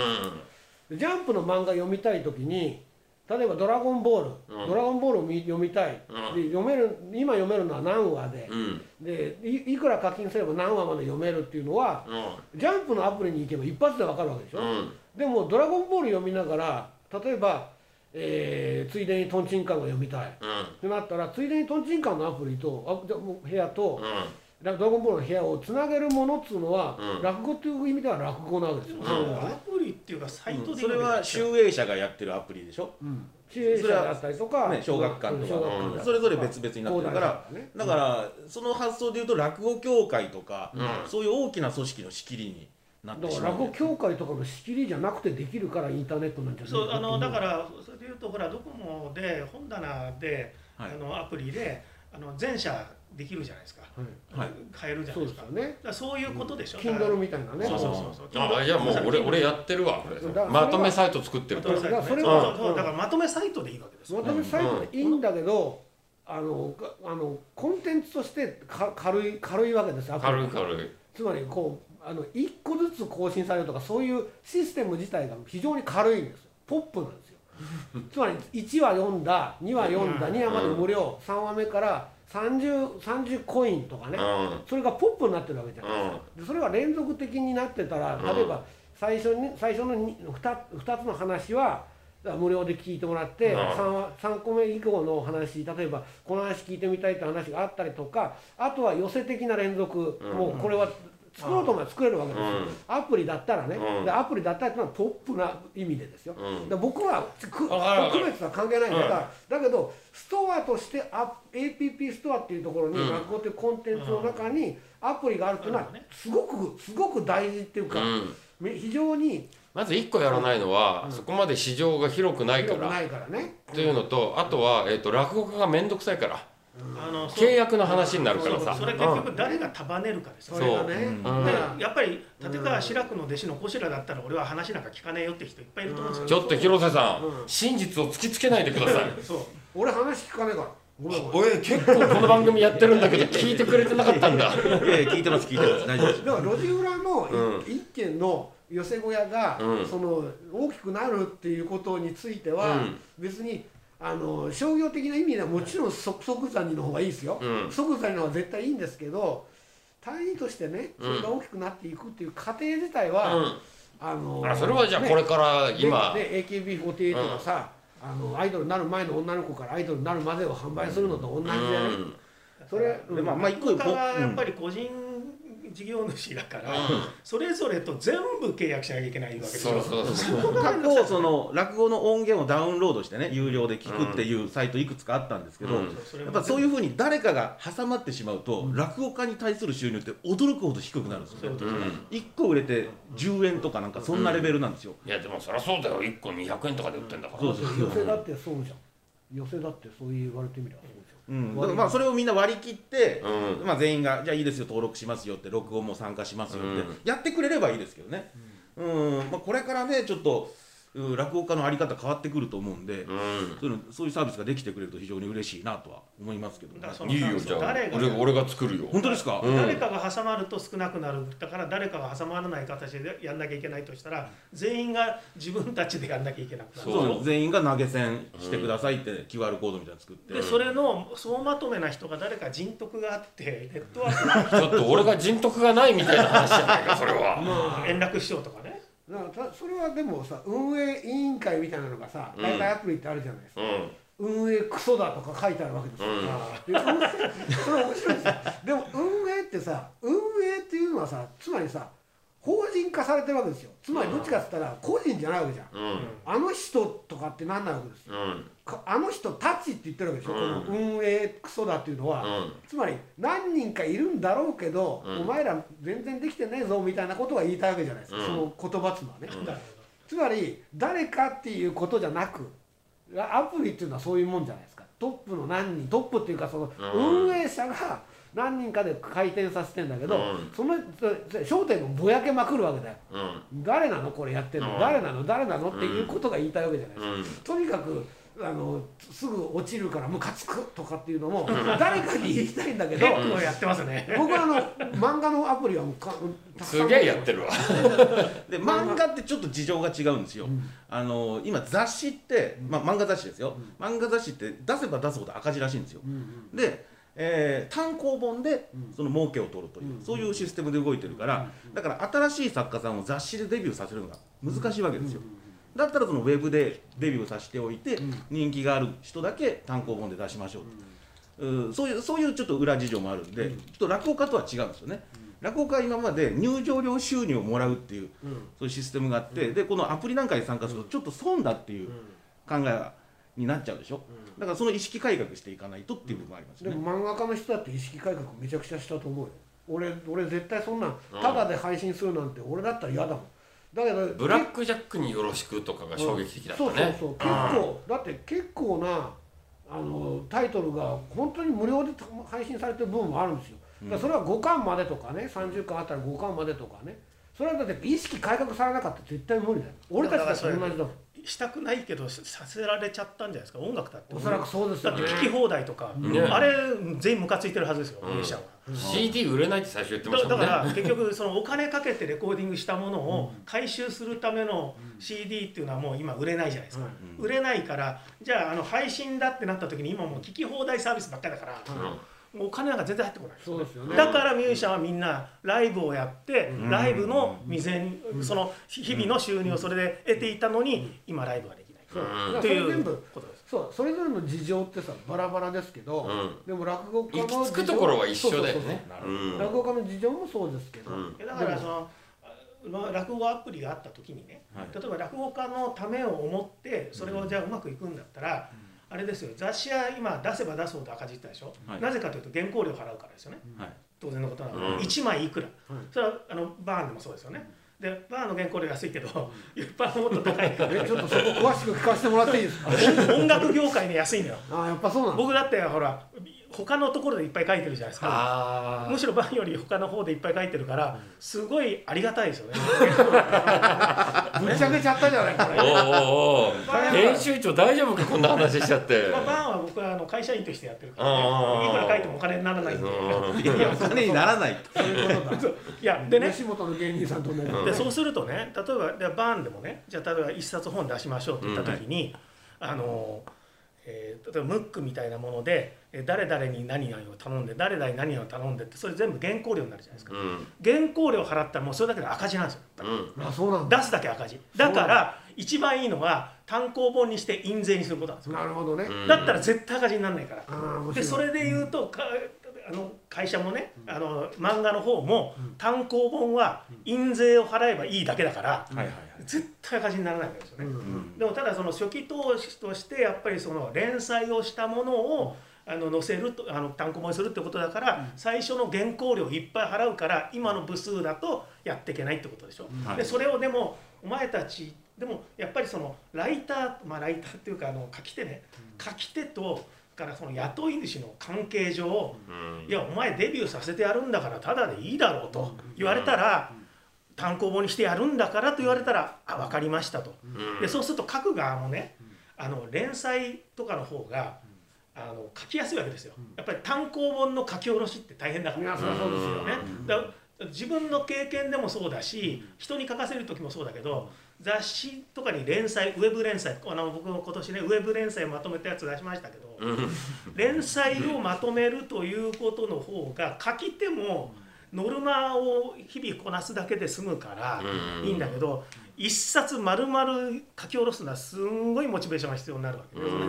Speaker 2: でジャンプの漫画読みたい時に例えば「ドラゴンボール」
Speaker 3: うん
Speaker 2: ドラゴンボール」を見読みたい、
Speaker 3: う
Speaker 2: で読める今読めるのは何話で
Speaker 3: う、ん
Speaker 2: でいいくら課金すれば何話まで読めるっていうのは
Speaker 3: うん
Speaker 2: ジャンプのアプリに行けば一発で分かるわけでしょ、
Speaker 3: うん
Speaker 2: でも「ドラゴンボール」読みながら例えば、えーついでに「トンチンカン」が読みたいっ
Speaker 3: うん
Speaker 2: てなったらついでに「トンチンカン」のアプリとあじゃもう部屋と
Speaker 3: う、ん
Speaker 2: ラドラゴンボールの部屋をつなげるものっつうのは、
Speaker 3: うん
Speaker 2: 落語っていう意味では落語なわけですよ、それは
Speaker 4: ア
Speaker 2: ね
Speaker 4: プリっていうかサイト
Speaker 1: うん
Speaker 4: で
Speaker 1: それは集英社がやってるアプリでしょ、
Speaker 2: うん支援者だったりとか、
Speaker 1: ね、小学館
Speaker 2: うん
Speaker 1: と
Speaker 2: 小
Speaker 1: か
Speaker 2: 学館だったりとか
Speaker 1: それぞれ別々になってるから
Speaker 2: 東大だったりとね
Speaker 1: だからその発想でいうと落語協会とか、
Speaker 3: うん
Speaker 1: そういう大きな組織の仕切りになっ
Speaker 2: だ
Speaker 1: て
Speaker 2: か
Speaker 1: し
Speaker 2: ら
Speaker 1: まう
Speaker 2: 落
Speaker 1: ん
Speaker 2: 語
Speaker 1: で
Speaker 2: 協会とかの仕切りじゃなくてできるからインターネットなんじゃない
Speaker 4: そうあのだかららそれでいうとほらドコモで本棚で、
Speaker 1: はい
Speaker 4: あのアプリであの全社できるじゃないですか、
Speaker 1: はい
Speaker 4: 買えるじゃな
Speaker 2: そ
Speaker 4: いう
Speaker 2: です
Speaker 4: で
Speaker 2: す
Speaker 4: か
Speaker 2: よ
Speaker 4: だか
Speaker 2: ね
Speaker 4: らそういうことでしょ、だから
Speaker 2: Kindle みたいなね
Speaker 4: そうそうそうそう
Speaker 3: あいやもう俺俺やってるわこれ
Speaker 2: だから
Speaker 3: まとめサイト作って
Speaker 4: ま
Speaker 3: る
Speaker 4: とめサイトね
Speaker 2: だからそれ
Speaker 3: は
Speaker 4: そうそう
Speaker 2: うん
Speaker 4: だからまとめサイトでいいわけですよ
Speaker 2: まとめサイトでいいんだけど、あのがあのコンテンツとしてか軽い軽いわけですアプリ
Speaker 3: 軽い軽い
Speaker 2: つまりこうあの一個ずつ更新されるとかそういうシステム自体が非常に軽いんですよポップなんですよつまり1話読んだ2話読んだ
Speaker 4: うん
Speaker 2: 2話まで無料3話目から30 30コインとかね
Speaker 3: うん
Speaker 2: それがポップになってるわけじゃないですか、でそれが連続的になってたら
Speaker 3: うん
Speaker 2: 例えば最初に最初の 2, つの話はだから無料で聞いてもらって
Speaker 3: うん
Speaker 2: 3, 3個目以降のお話例えばこの話聞いてみたいって話があったりとかあとは寄せ的な連続、
Speaker 3: うん
Speaker 2: もうこれは作ろうと思えば作れるわけですよ、
Speaker 3: うん
Speaker 2: アプリだったらね、
Speaker 3: うん
Speaker 2: でアプリだったらってのはポップな意味でですよ、
Speaker 3: うん
Speaker 2: で僕はく区
Speaker 3: わかるわかる
Speaker 2: 別は関係ないんだ
Speaker 3: うん
Speaker 2: から、だけどストアとしてア APP ストアっていうところ
Speaker 3: う
Speaker 2: に
Speaker 3: ん
Speaker 2: 落語っていうコンテンツの中にアプリがあるっていうのは
Speaker 4: なるほどね
Speaker 2: すごくすごく大事っていうか、
Speaker 3: うん
Speaker 2: め非常に
Speaker 3: まず1個やらないのは、そこまで市場が広くないか
Speaker 2: 広く
Speaker 3: ら
Speaker 2: ないからね
Speaker 3: というのとあとは、えー、と落語家が面倒くさいから
Speaker 4: あのそう
Speaker 3: 契約の話になるから
Speaker 4: そう
Speaker 3: さ
Speaker 4: それ結局誰が束ねるかですよ
Speaker 2: そ
Speaker 4: ね
Speaker 2: れがね
Speaker 1: うん
Speaker 2: だ
Speaker 3: うん
Speaker 2: から
Speaker 4: やっぱり立川志らくの弟子の小白だったら俺は話なんか聞かねえよって人いっぱいいると思うんです
Speaker 3: ち
Speaker 4: よ
Speaker 3: ょっと広瀬さん、
Speaker 2: うん
Speaker 3: 真実を突きつけないでください
Speaker 4: そう
Speaker 2: 俺話聞かねえからごめんごめん
Speaker 3: おい結構この番組やってるんだけど聞いてくれてなかったんだ
Speaker 1: いやいや聞いてます聞いてます大丈夫です
Speaker 2: だから路地裏の
Speaker 3: う
Speaker 2: い一軒の寄せ小屋が
Speaker 3: うん
Speaker 2: その大きくなるっていうことについて
Speaker 3: う
Speaker 2: は
Speaker 3: ん
Speaker 2: 別にあの商業的な意味ではもちろん即即座にの方がいいですよ
Speaker 3: うん
Speaker 2: 即座にの方が絶対いいんですけど単位としてねそれが大きくなっていくっていう過程自体は、
Speaker 3: う
Speaker 2: あの
Speaker 3: ん、あそれはじゃあ
Speaker 2: ね
Speaker 3: これから今、
Speaker 2: でで AKB48 がさ、あのアイドルになる前の女の子からアイドルになるまでを販売するのと同じでね、
Speaker 3: うん
Speaker 2: それ、うん
Speaker 1: でまあまあ一個
Speaker 4: 他はやっぱ
Speaker 1: り
Speaker 4: り個人事業主だから、
Speaker 3: うん
Speaker 4: それぞれと全部契約しなきゃいけないわけです
Speaker 3: そ
Speaker 4: よ
Speaker 3: うそうそう
Speaker 4: こが
Speaker 1: 過
Speaker 4: めんどく
Speaker 1: 去
Speaker 4: さい
Speaker 1: その落語の音源をダウンロードしてね有料で聞くっていうサイトいくつかあったんですけど、
Speaker 3: うん
Speaker 4: それ
Speaker 1: や
Speaker 4: も
Speaker 1: っぱそういうふうに誰かが挟まってしまうと、落語家に対する収入って驚くほど低くなるんです
Speaker 4: そうい
Speaker 1: よ
Speaker 4: うこと
Speaker 1: ね、
Speaker 4: ですね
Speaker 3: ん
Speaker 1: 1個売れて10円とかなんかそんなレベルなんですよ、
Speaker 3: いやでもそりゃそうだよ1個200円とかで売ってんだから、
Speaker 1: そうそう
Speaker 2: 寄せだってそうじゃん寄せだってそう言われてみればそうじ
Speaker 1: うんだからまあそれをみんな割り切って、
Speaker 3: う
Speaker 1: まあ、全員が「じゃあいいですよ登録しますよ」って録音も参加しますよって、
Speaker 3: うん
Speaker 1: やってくれればいいですけどね、うんまあ、これからねちょっとうん落語家のあり方変わってくると思うんで、
Speaker 3: うん
Speaker 1: そういうのそういうサービスができてくれると非常に嬉しいなとは思いますけどね
Speaker 4: だからその
Speaker 3: いいよじゃあ
Speaker 4: 誰が
Speaker 3: 俺俺が作るよ
Speaker 1: 本当ですか、
Speaker 3: うん
Speaker 4: 誰かが挟まると少なくなるだから誰かが挟まらない形でやんなきゃいけないとしたら全員が自分たちでやんなきゃいけなくなる
Speaker 1: そう全員が投げ銭してくださいって QR コードみたいなの作って、
Speaker 4: でそれの総まとめな人が誰か人徳があってネットワークが
Speaker 3: ちょっと俺が人徳がないみたいな話じゃないかそれ
Speaker 2: ゃん
Speaker 3: は
Speaker 2: ま
Speaker 4: 円楽師匠とかね
Speaker 2: あだからたそれはでもさ運営委員会みたいなのがさ
Speaker 3: うん
Speaker 2: 大体アプリってあるじゃないですか、
Speaker 3: うん
Speaker 2: 運営クソだとか書いてあるわけですよ、
Speaker 3: うん
Speaker 4: あ
Speaker 2: で運営 それ面白いですよでも運営ってさ運営っていうのはさつまりさ法人化されてるわけですよつまりどっちかっつったら個人じゃないわけじゃん
Speaker 3: うん
Speaker 2: あの人とかって何なわけですよ
Speaker 3: うん
Speaker 2: かあの人たちって言ってるわけでしょ、
Speaker 3: うん
Speaker 2: この運営クソだっていうのは、
Speaker 3: うん
Speaker 2: つまり何人かいるんだろうけど、
Speaker 3: うん
Speaker 2: お前ら全然できてねえぞみたいなことが言いたいわけじゃないですか、
Speaker 3: うん
Speaker 2: その言葉つまね、
Speaker 4: あなる
Speaker 2: つまり誰かっていうことじゃなくアプリっていうのはそういうもんじゃないですかトップの何人トップっていうかその
Speaker 3: うん
Speaker 2: 運営者が何人かで回転させてんだけど、
Speaker 3: うん
Speaker 2: その焦点がぼやけまくるわけだよ
Speaker 3: うん
Speaker 2: 誰なのこれやってんの、
Speaker 3: うん
Speaker 2: 誰なの誰なのっていうことが言いたいわけじゃないですか、
Speaker 3: うん
Speaker 2: とにかくあのすぐ落ちるからムカつくとかっていうのも誰かに言いたいんだけ
Speaker 4: ほど
Speaker 2: ど
Speaker 4: 結構やってますね
Speaker 2: 僕はあの漫画のアプリはもうかたくさん
Speaker 3: すげえやってるわ
Speaker 1: で漫画ってちょっと事情が違うんですよ、あの今雑誌って、まあ、漫画雑誌ですよ、漫画雑誌って出せば出すほど赤字らしいんですよ、
Speaker 2: うんうん
Speaker 1: で、えー単行本で
Speaker 2: うん
Speaker 1: その儲けを取るという、
Speaker 2: うん
Speaker 1: そういうシステムで動いてるから、だから新しい作家さんを雑誌でデビューさせるのが難しいわけですよ、だったらそのウェブでデビューさせておいて、
Speaker 2: うん
Speaker 1: 人気がある人だけ単行本で出しましょうと、うんそういうそういうちょっと裏事情もあるんで、
Speaker 2: うん
Speaker 1: ちょっと落語家とは違うんですよね、落語家は今まで入場料収入をもらうっていう
Speaker 2: うん
Speaker 1: そういうシステムがあって、でこのアプリなんかに参加するとちょっと損だっていう考えになっちゃうでしょ、だからその意識改革していかないとっていう部分もあります
Speaker 2: で
Speaker 1: よね、
Speaker 2: も漫画家の人だって意識改革めちゃくちゃしたと思うよ俺俺絶対そんなん
Speaker 3: うん
Speaker 2: タダで配信するなんて俺だったら嫌だもんだけど
Speaker 3: ブラック・ジャックによろしくとかが衝撃的だったね
Speaker 2: そうそうそう結構だって結構なあのタイトルが本当に無料で配信されてる部分もあるんですよだからそれは5巻までとかね30巻あったら5巻までとかねそれはだって意識改革されなかったら絶対無理だよ俺たちだって同じだもん
Speaker 4: したくないけどさせられちゃったんじゃないですか音楽だって
Speaker 2: おそらくそうです
Speaker 4: だ
Speaker 2: よ
Speaker 4: っ
Speaker 2: ね
Speaker 4: て聞き放題とか、
Speaker 3: ね
Speaker 4: あれ全員ムカついてるはずですよ、ミュージシャンは。
Speaker 3: CD 売れないって最初言ってまし
Speaker 4: だ
Speaker 3: た
Speaker 4: だ
Speaker 3: もん
Speaker 4: か
Speaker 3: ね
Speaker 4: ら結局そのお金かけてレコーディングしたものを回収するための CD っていうのはもう今売れないじゃないですか、売れないからじゃああの配信だってなった時に今もう聞き放題サービスばっかりだから、もうお金なんか全然入ってこない
Speaker 2: そうですよね
Speaker 4: だからミュージシャンはみんなライブをやって、ライブの未然、その日々の収入をそれで得ていたのに、今ライブはできない、
Speaker 2: そう
Speaker 3: うん
Speaker 2: だからそ
Speaker 4: とい
Speaker 2: れ全
Speaker 4: う
Speaker 2: 部
Speaker 4: ことです
Speaker 2: そうそれぞれの事情ってさバラバラですけど、
Speaker 3: うん
Speaker 2: でも落語家の
Speaker 3: 行
Speaker 2: 事情
Speaker 3: き着くところは一緒だよね
Speaker 2: そうそう
Speaker 1: なる
Speaker 3: う
Speaker 1: ほど
Speaker 2: そうん落語家の事情もそうですけど、
Speaker 3: うん
Speaker 4: だからそ
Speaker 2: でも
Speaker 4: のあ落語アプリがあった時にね、
Speaker 1: はい
Speaker 4: 例えば落語家のためを思ってそれをじゃあうまくいくんだったら、あれですよ雑誌は今出せば出すほど赤字ってでしょ、
Speaker 1: はい
Speaker 4: なぜかというと原稿料払うからですよね
Speaker 1: はい
Speaker 4: 当然のことなので、
Speaker 3: うん
Speaker 4: 1枚いくら、
Speaker 2: はい
Speaker 4: それはあのバーンでもそうですよね、でバーの原稿料安いけど一般はもっと高いか
Speaker 2: えちょっとそこ詳しく聞かせてもらっていいですか
Speaker 4: ら音楽業界ね安いのよ
Speaker 2: あやっぱそうなの
Speaker 4: 僕だってほら他のところでいっぱい書いてるじゃないですか
Speaker 3: あ
Speaker 4: むしろバーより他の方でいっぱい書いてるからすごいありがたいですよね
Speaker 2: ぶっちゃけちゃったじゃないこ
Speaker 3: お
Speaker 2: れ
Speaker 3: うおうおう
Speaker 4: バー
Speaker 3: 編集長大丈夫かこんな話しちゃって
Speaker 4: まあ、バーンは僕はあの会社員としてやってるか
Speaker 3: うんうん
Speaker 4: ら、
Speaker 3: うん
Speaker 4: ね、いくら書いてもお金にならないんで
Speaker 3: うん
Speaker 1: いやお金にならない
Speaker 2: そういうことだ
Speaker 4: いやでね
Speaker 2: 吉本の芸人さんと同じ
Speaker 3: うん
Speaker 4: でそうするとね例えばでバーンでもねじゃあ例えば一冊本出しましょうって言った時に、あの、えー例えばムックみたいなものでえー誰々に何々を頼んで誰々に何々を頼んでってそれ全部原稿料になるじゃないですか
Speaker 3: うんうん
Speaker 4: 原稿料払ったらもうそれだけで赤字なんですよ
Speaker 2: あそうなんだ
Speaker 4: 出すだけ赤字だから一番いいのは単行本にして印税にすることなんですよ
Speaker 2: なるほどね
Speaker 3: うん
Speaker 4: だったら絶対赤字にならないから
Speaker 2: あー面白い
Speaker 4: でそれで言うとかあの会社もねあの漫画の方も単行本は印税を払えばいいだけだから
Speaker 1: はいはいはい
Speaker 4: 絶対赤字にならないわけですよ
Speaker 2: う
Speaker 4: ね。
Speaker 2: ん
Speaker 4: でもただその初期投資としてやっぱりその連載をしたものをあの載せるとあの単行本にするってことだから、最初の原稿料いっぱい払うから今の部数だとやっていけないってことでしょ。
Speaker 1: はい
Speaker 4: でそれをでもお前たちでもやっぱりそのライターまあライターっていうかあの書き手ね書き手とからその雇い主の関係上
Speaker 3: うん
Speaker 4: いやお前デビューさせてやるんだからただでいいだろうと言われたら単行本にしてやるんだからと言われたらあ分かりましたと。
Speaker 3: うん
Speaker 4: でそうすると書く側もねあの連載とかの方があの書きやすいわけですよやっぱり単行本の書き下ろしって大変だか
Speaker 2: い
Speaker 4: ら
Speaker 2: やそりゃそうですよ
Speaker 4: ね、だから自分の経験でもそうだし人に書かせる時もそうだけど雑誌とかに連載ウェブ連載あの僕も今年ねウェブ連載まとめたやつ出しましたけど、
Speaker 3: うん
Speaker 4: 連載をまとめるということの方が書き手もノルマを日々こなすだけで済むから
Speaker 3: うん
Speaker 4: いいんだけど一冊丸々書き下ろすのはすんごいモチベーションが必要になるわけですよね。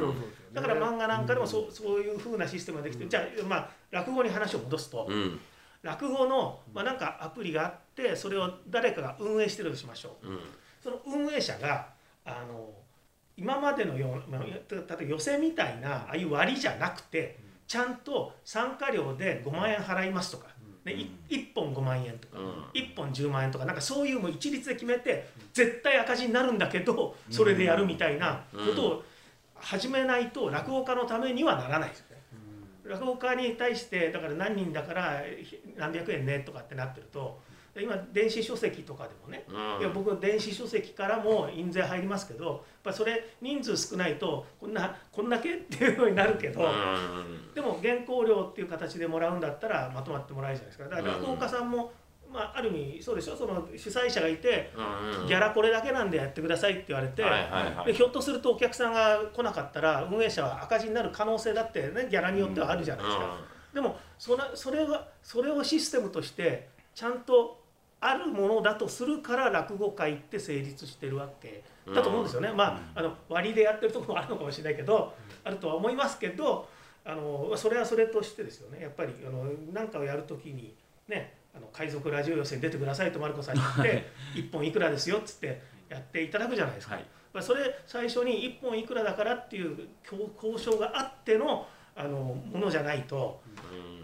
Speaker 4: だから漫画なんかでもそうそういうふうなシステムができてじゃあまあ落語に話を戻すと、
Speaker 3: うん
Speaker 4: 落語の、まあ、なんかアプリがあってそれを誰かが運営してるとしましょう
Speaker 3: うん
Speaker 4: その運営者があの今までのような、まあ、例えば寄せみたいなああいう割りじゃなくてちゃんと参加料で5万円払いますとか、ね、い1本5万円とか、
Speaker 3: うん
Speaker 4: 1本10万円とかなんかそういうもう一律で決めて絶対赤字になるんだけどそれでやるみたいなことを始めないと落語家のためにはならないですよね。落語家に対してだから何人だからひ何百円ねとかってなってると今電子書籍とかでもね
Speaker 3: うん
Speaker 4: いや僕電子書籍からも印税入りますけどやっぱそれ人数少ないとこんなこんだけっていうふうになるけど、
Speaker 3: うん
Speaker 4: でも原稿料っていう形でもらうんだったらまとまってもらえるじゃないですかだから落語家さんも、まあ、ある意味そうでしょその主催者がいて、
Speaker 3: うん
Speaker 4: ギャラこれだけなんでやってくださいって言われて、
Speaker 3: はいはいはい
Speaker 4: でひょっとするとお客さんが来なかったら運営者は赤字になる可能性だってねギャラによってはあるじゃないですか。でもそれそれはそれをシステムとしてちゃんとあるものだとするから落語会って成立してるわけだと思うんですよね、まああの割りでやってるところもあるのかもしれないけど、あるとは思いますけどあのそれはそれとしてですよねやっぱりあのなんかをやるときにねあの海賊ラジオ予選出てくださいとマルコさんに言 って1本いくらですよっつってやっていただくじゃないですか、
Speaker 1: はい
Speaker 4: まあそれ最初に1本いくらだからっていう交交渉があってのあのものじゃないと。
Speaker 3: うん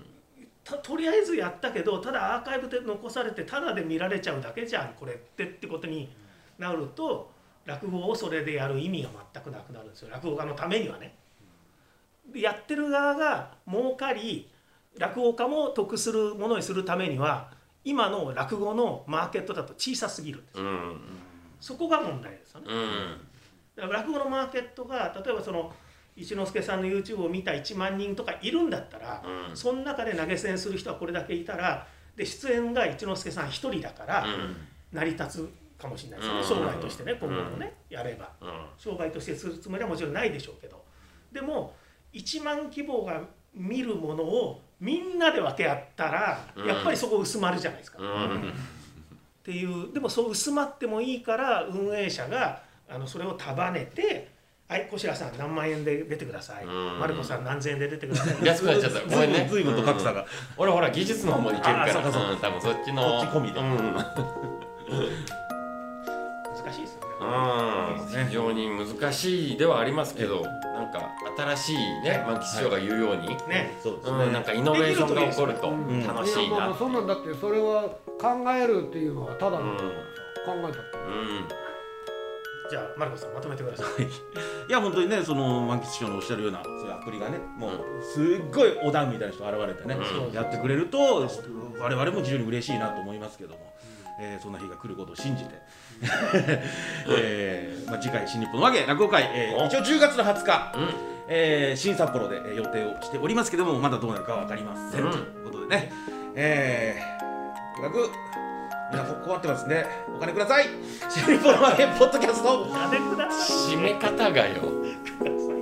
Speaker 4: たとりあえずやったけどただアーカイブで残されてただで見られちゃうだけじゃんこれってってことになると落語をそれでやる意味が全くなくなるんですよ落語家のためにはね。でやってる側が儲かり落語家も得するものにするためには今の落語のマーケットだと小さすぎるんです
Speaker 3: うん
Speaker 4: そこが問題ですよね。
Speaker 3: うん
Speaker 4: だから落語のマーケットが例えばその一之輔さんの YouTube を見た1万人とかいるんだったら、
Speaker 3: うん
Speaker 4: その中で投げ銭する人はこれだけいたらで出演が一之輔さん1人だから成り立つかもしれないですよね、
Speaker 3: うん
Speaker 4: 商売としてね今後もね、やれば
Speaker 3: うん
Speaker 4: 商売としてするつもりはもちろんないでしょうけどでも1万規模が見るものをみんなで分け合ったら、
Speaker 3: うん
Speaker 4: やっぱりそこ薄まるじゃないですか。
Speaker 3: うん
Speaker 4: っていうでもそう薄まってもいいから運営者があのそれを束ねて「はい小白さん何万円で出てください」
Speaker 3: うん
Speaker 4: 「マルコさん何千円で出てください」
Speaker 3: 安くなっちゃったごめんね
Speaker 1: 随分と格差が
Speaker 3: 俺ほら技術の方もいけるから
Speaker 1: あそうかそうか
Speaker 3: ん多分そっちの
Speaker 1: こっち込みで
Speaker 3: うん
Speaker 4: 難しいですよね。
Speaker 3: うん非常に難しいではありますけど、なんか新しいね、マキ師匠が言うように、
Speaker 4: ね
Speaker 1: そうです
Speaker 3: うん、なん
Speaker 1: ね。
Speaker 3: かイノベーションが起こると
Speaker 1: ん
Speaker 3: 楽しい
Speaker 2: やまあ
Speaker 3: な
Speaker 2: まあ
Speaker 3: ってい
Speaker 2: そん
Speaker 3: う。
Speaker 2: なんだってそれは考えるっていうのはただの、
Speaker 3: うん
Speaker 2: 考えたっ
Speaker 3: う
Speaker 2: て
Speaker 3: ん
Speaker 4: じゃあマルコさんまとめてください
Speaker 1: いや本当にねその満喫師匠のおっしゃるようなそういうアプリがねもうすっごいお団みたいな人が現れてね、
Speaker 2: うん
Speaker 1: やってくれると我々も非常に嬉しいなと思いますけども、えーそんな日が来ることを信じて、 えーまあ、次回新日本のわけ落語会、えー
Speaker 3: お
Speaker 1: 一応10月の20日、
Speaker 3: うん
Speaker 1: えー新札幌でえー予定をしておりますけどもまだどうなるかは分かりません、
Speaker 3: うん
Speaker 1: ということでねえーとにかく皆さん困ってますねお金ください新日本のわけポッドキャスト
Speaker 4: やめてください
Speaker 3: 締め方がよ。
Speaker 4: ください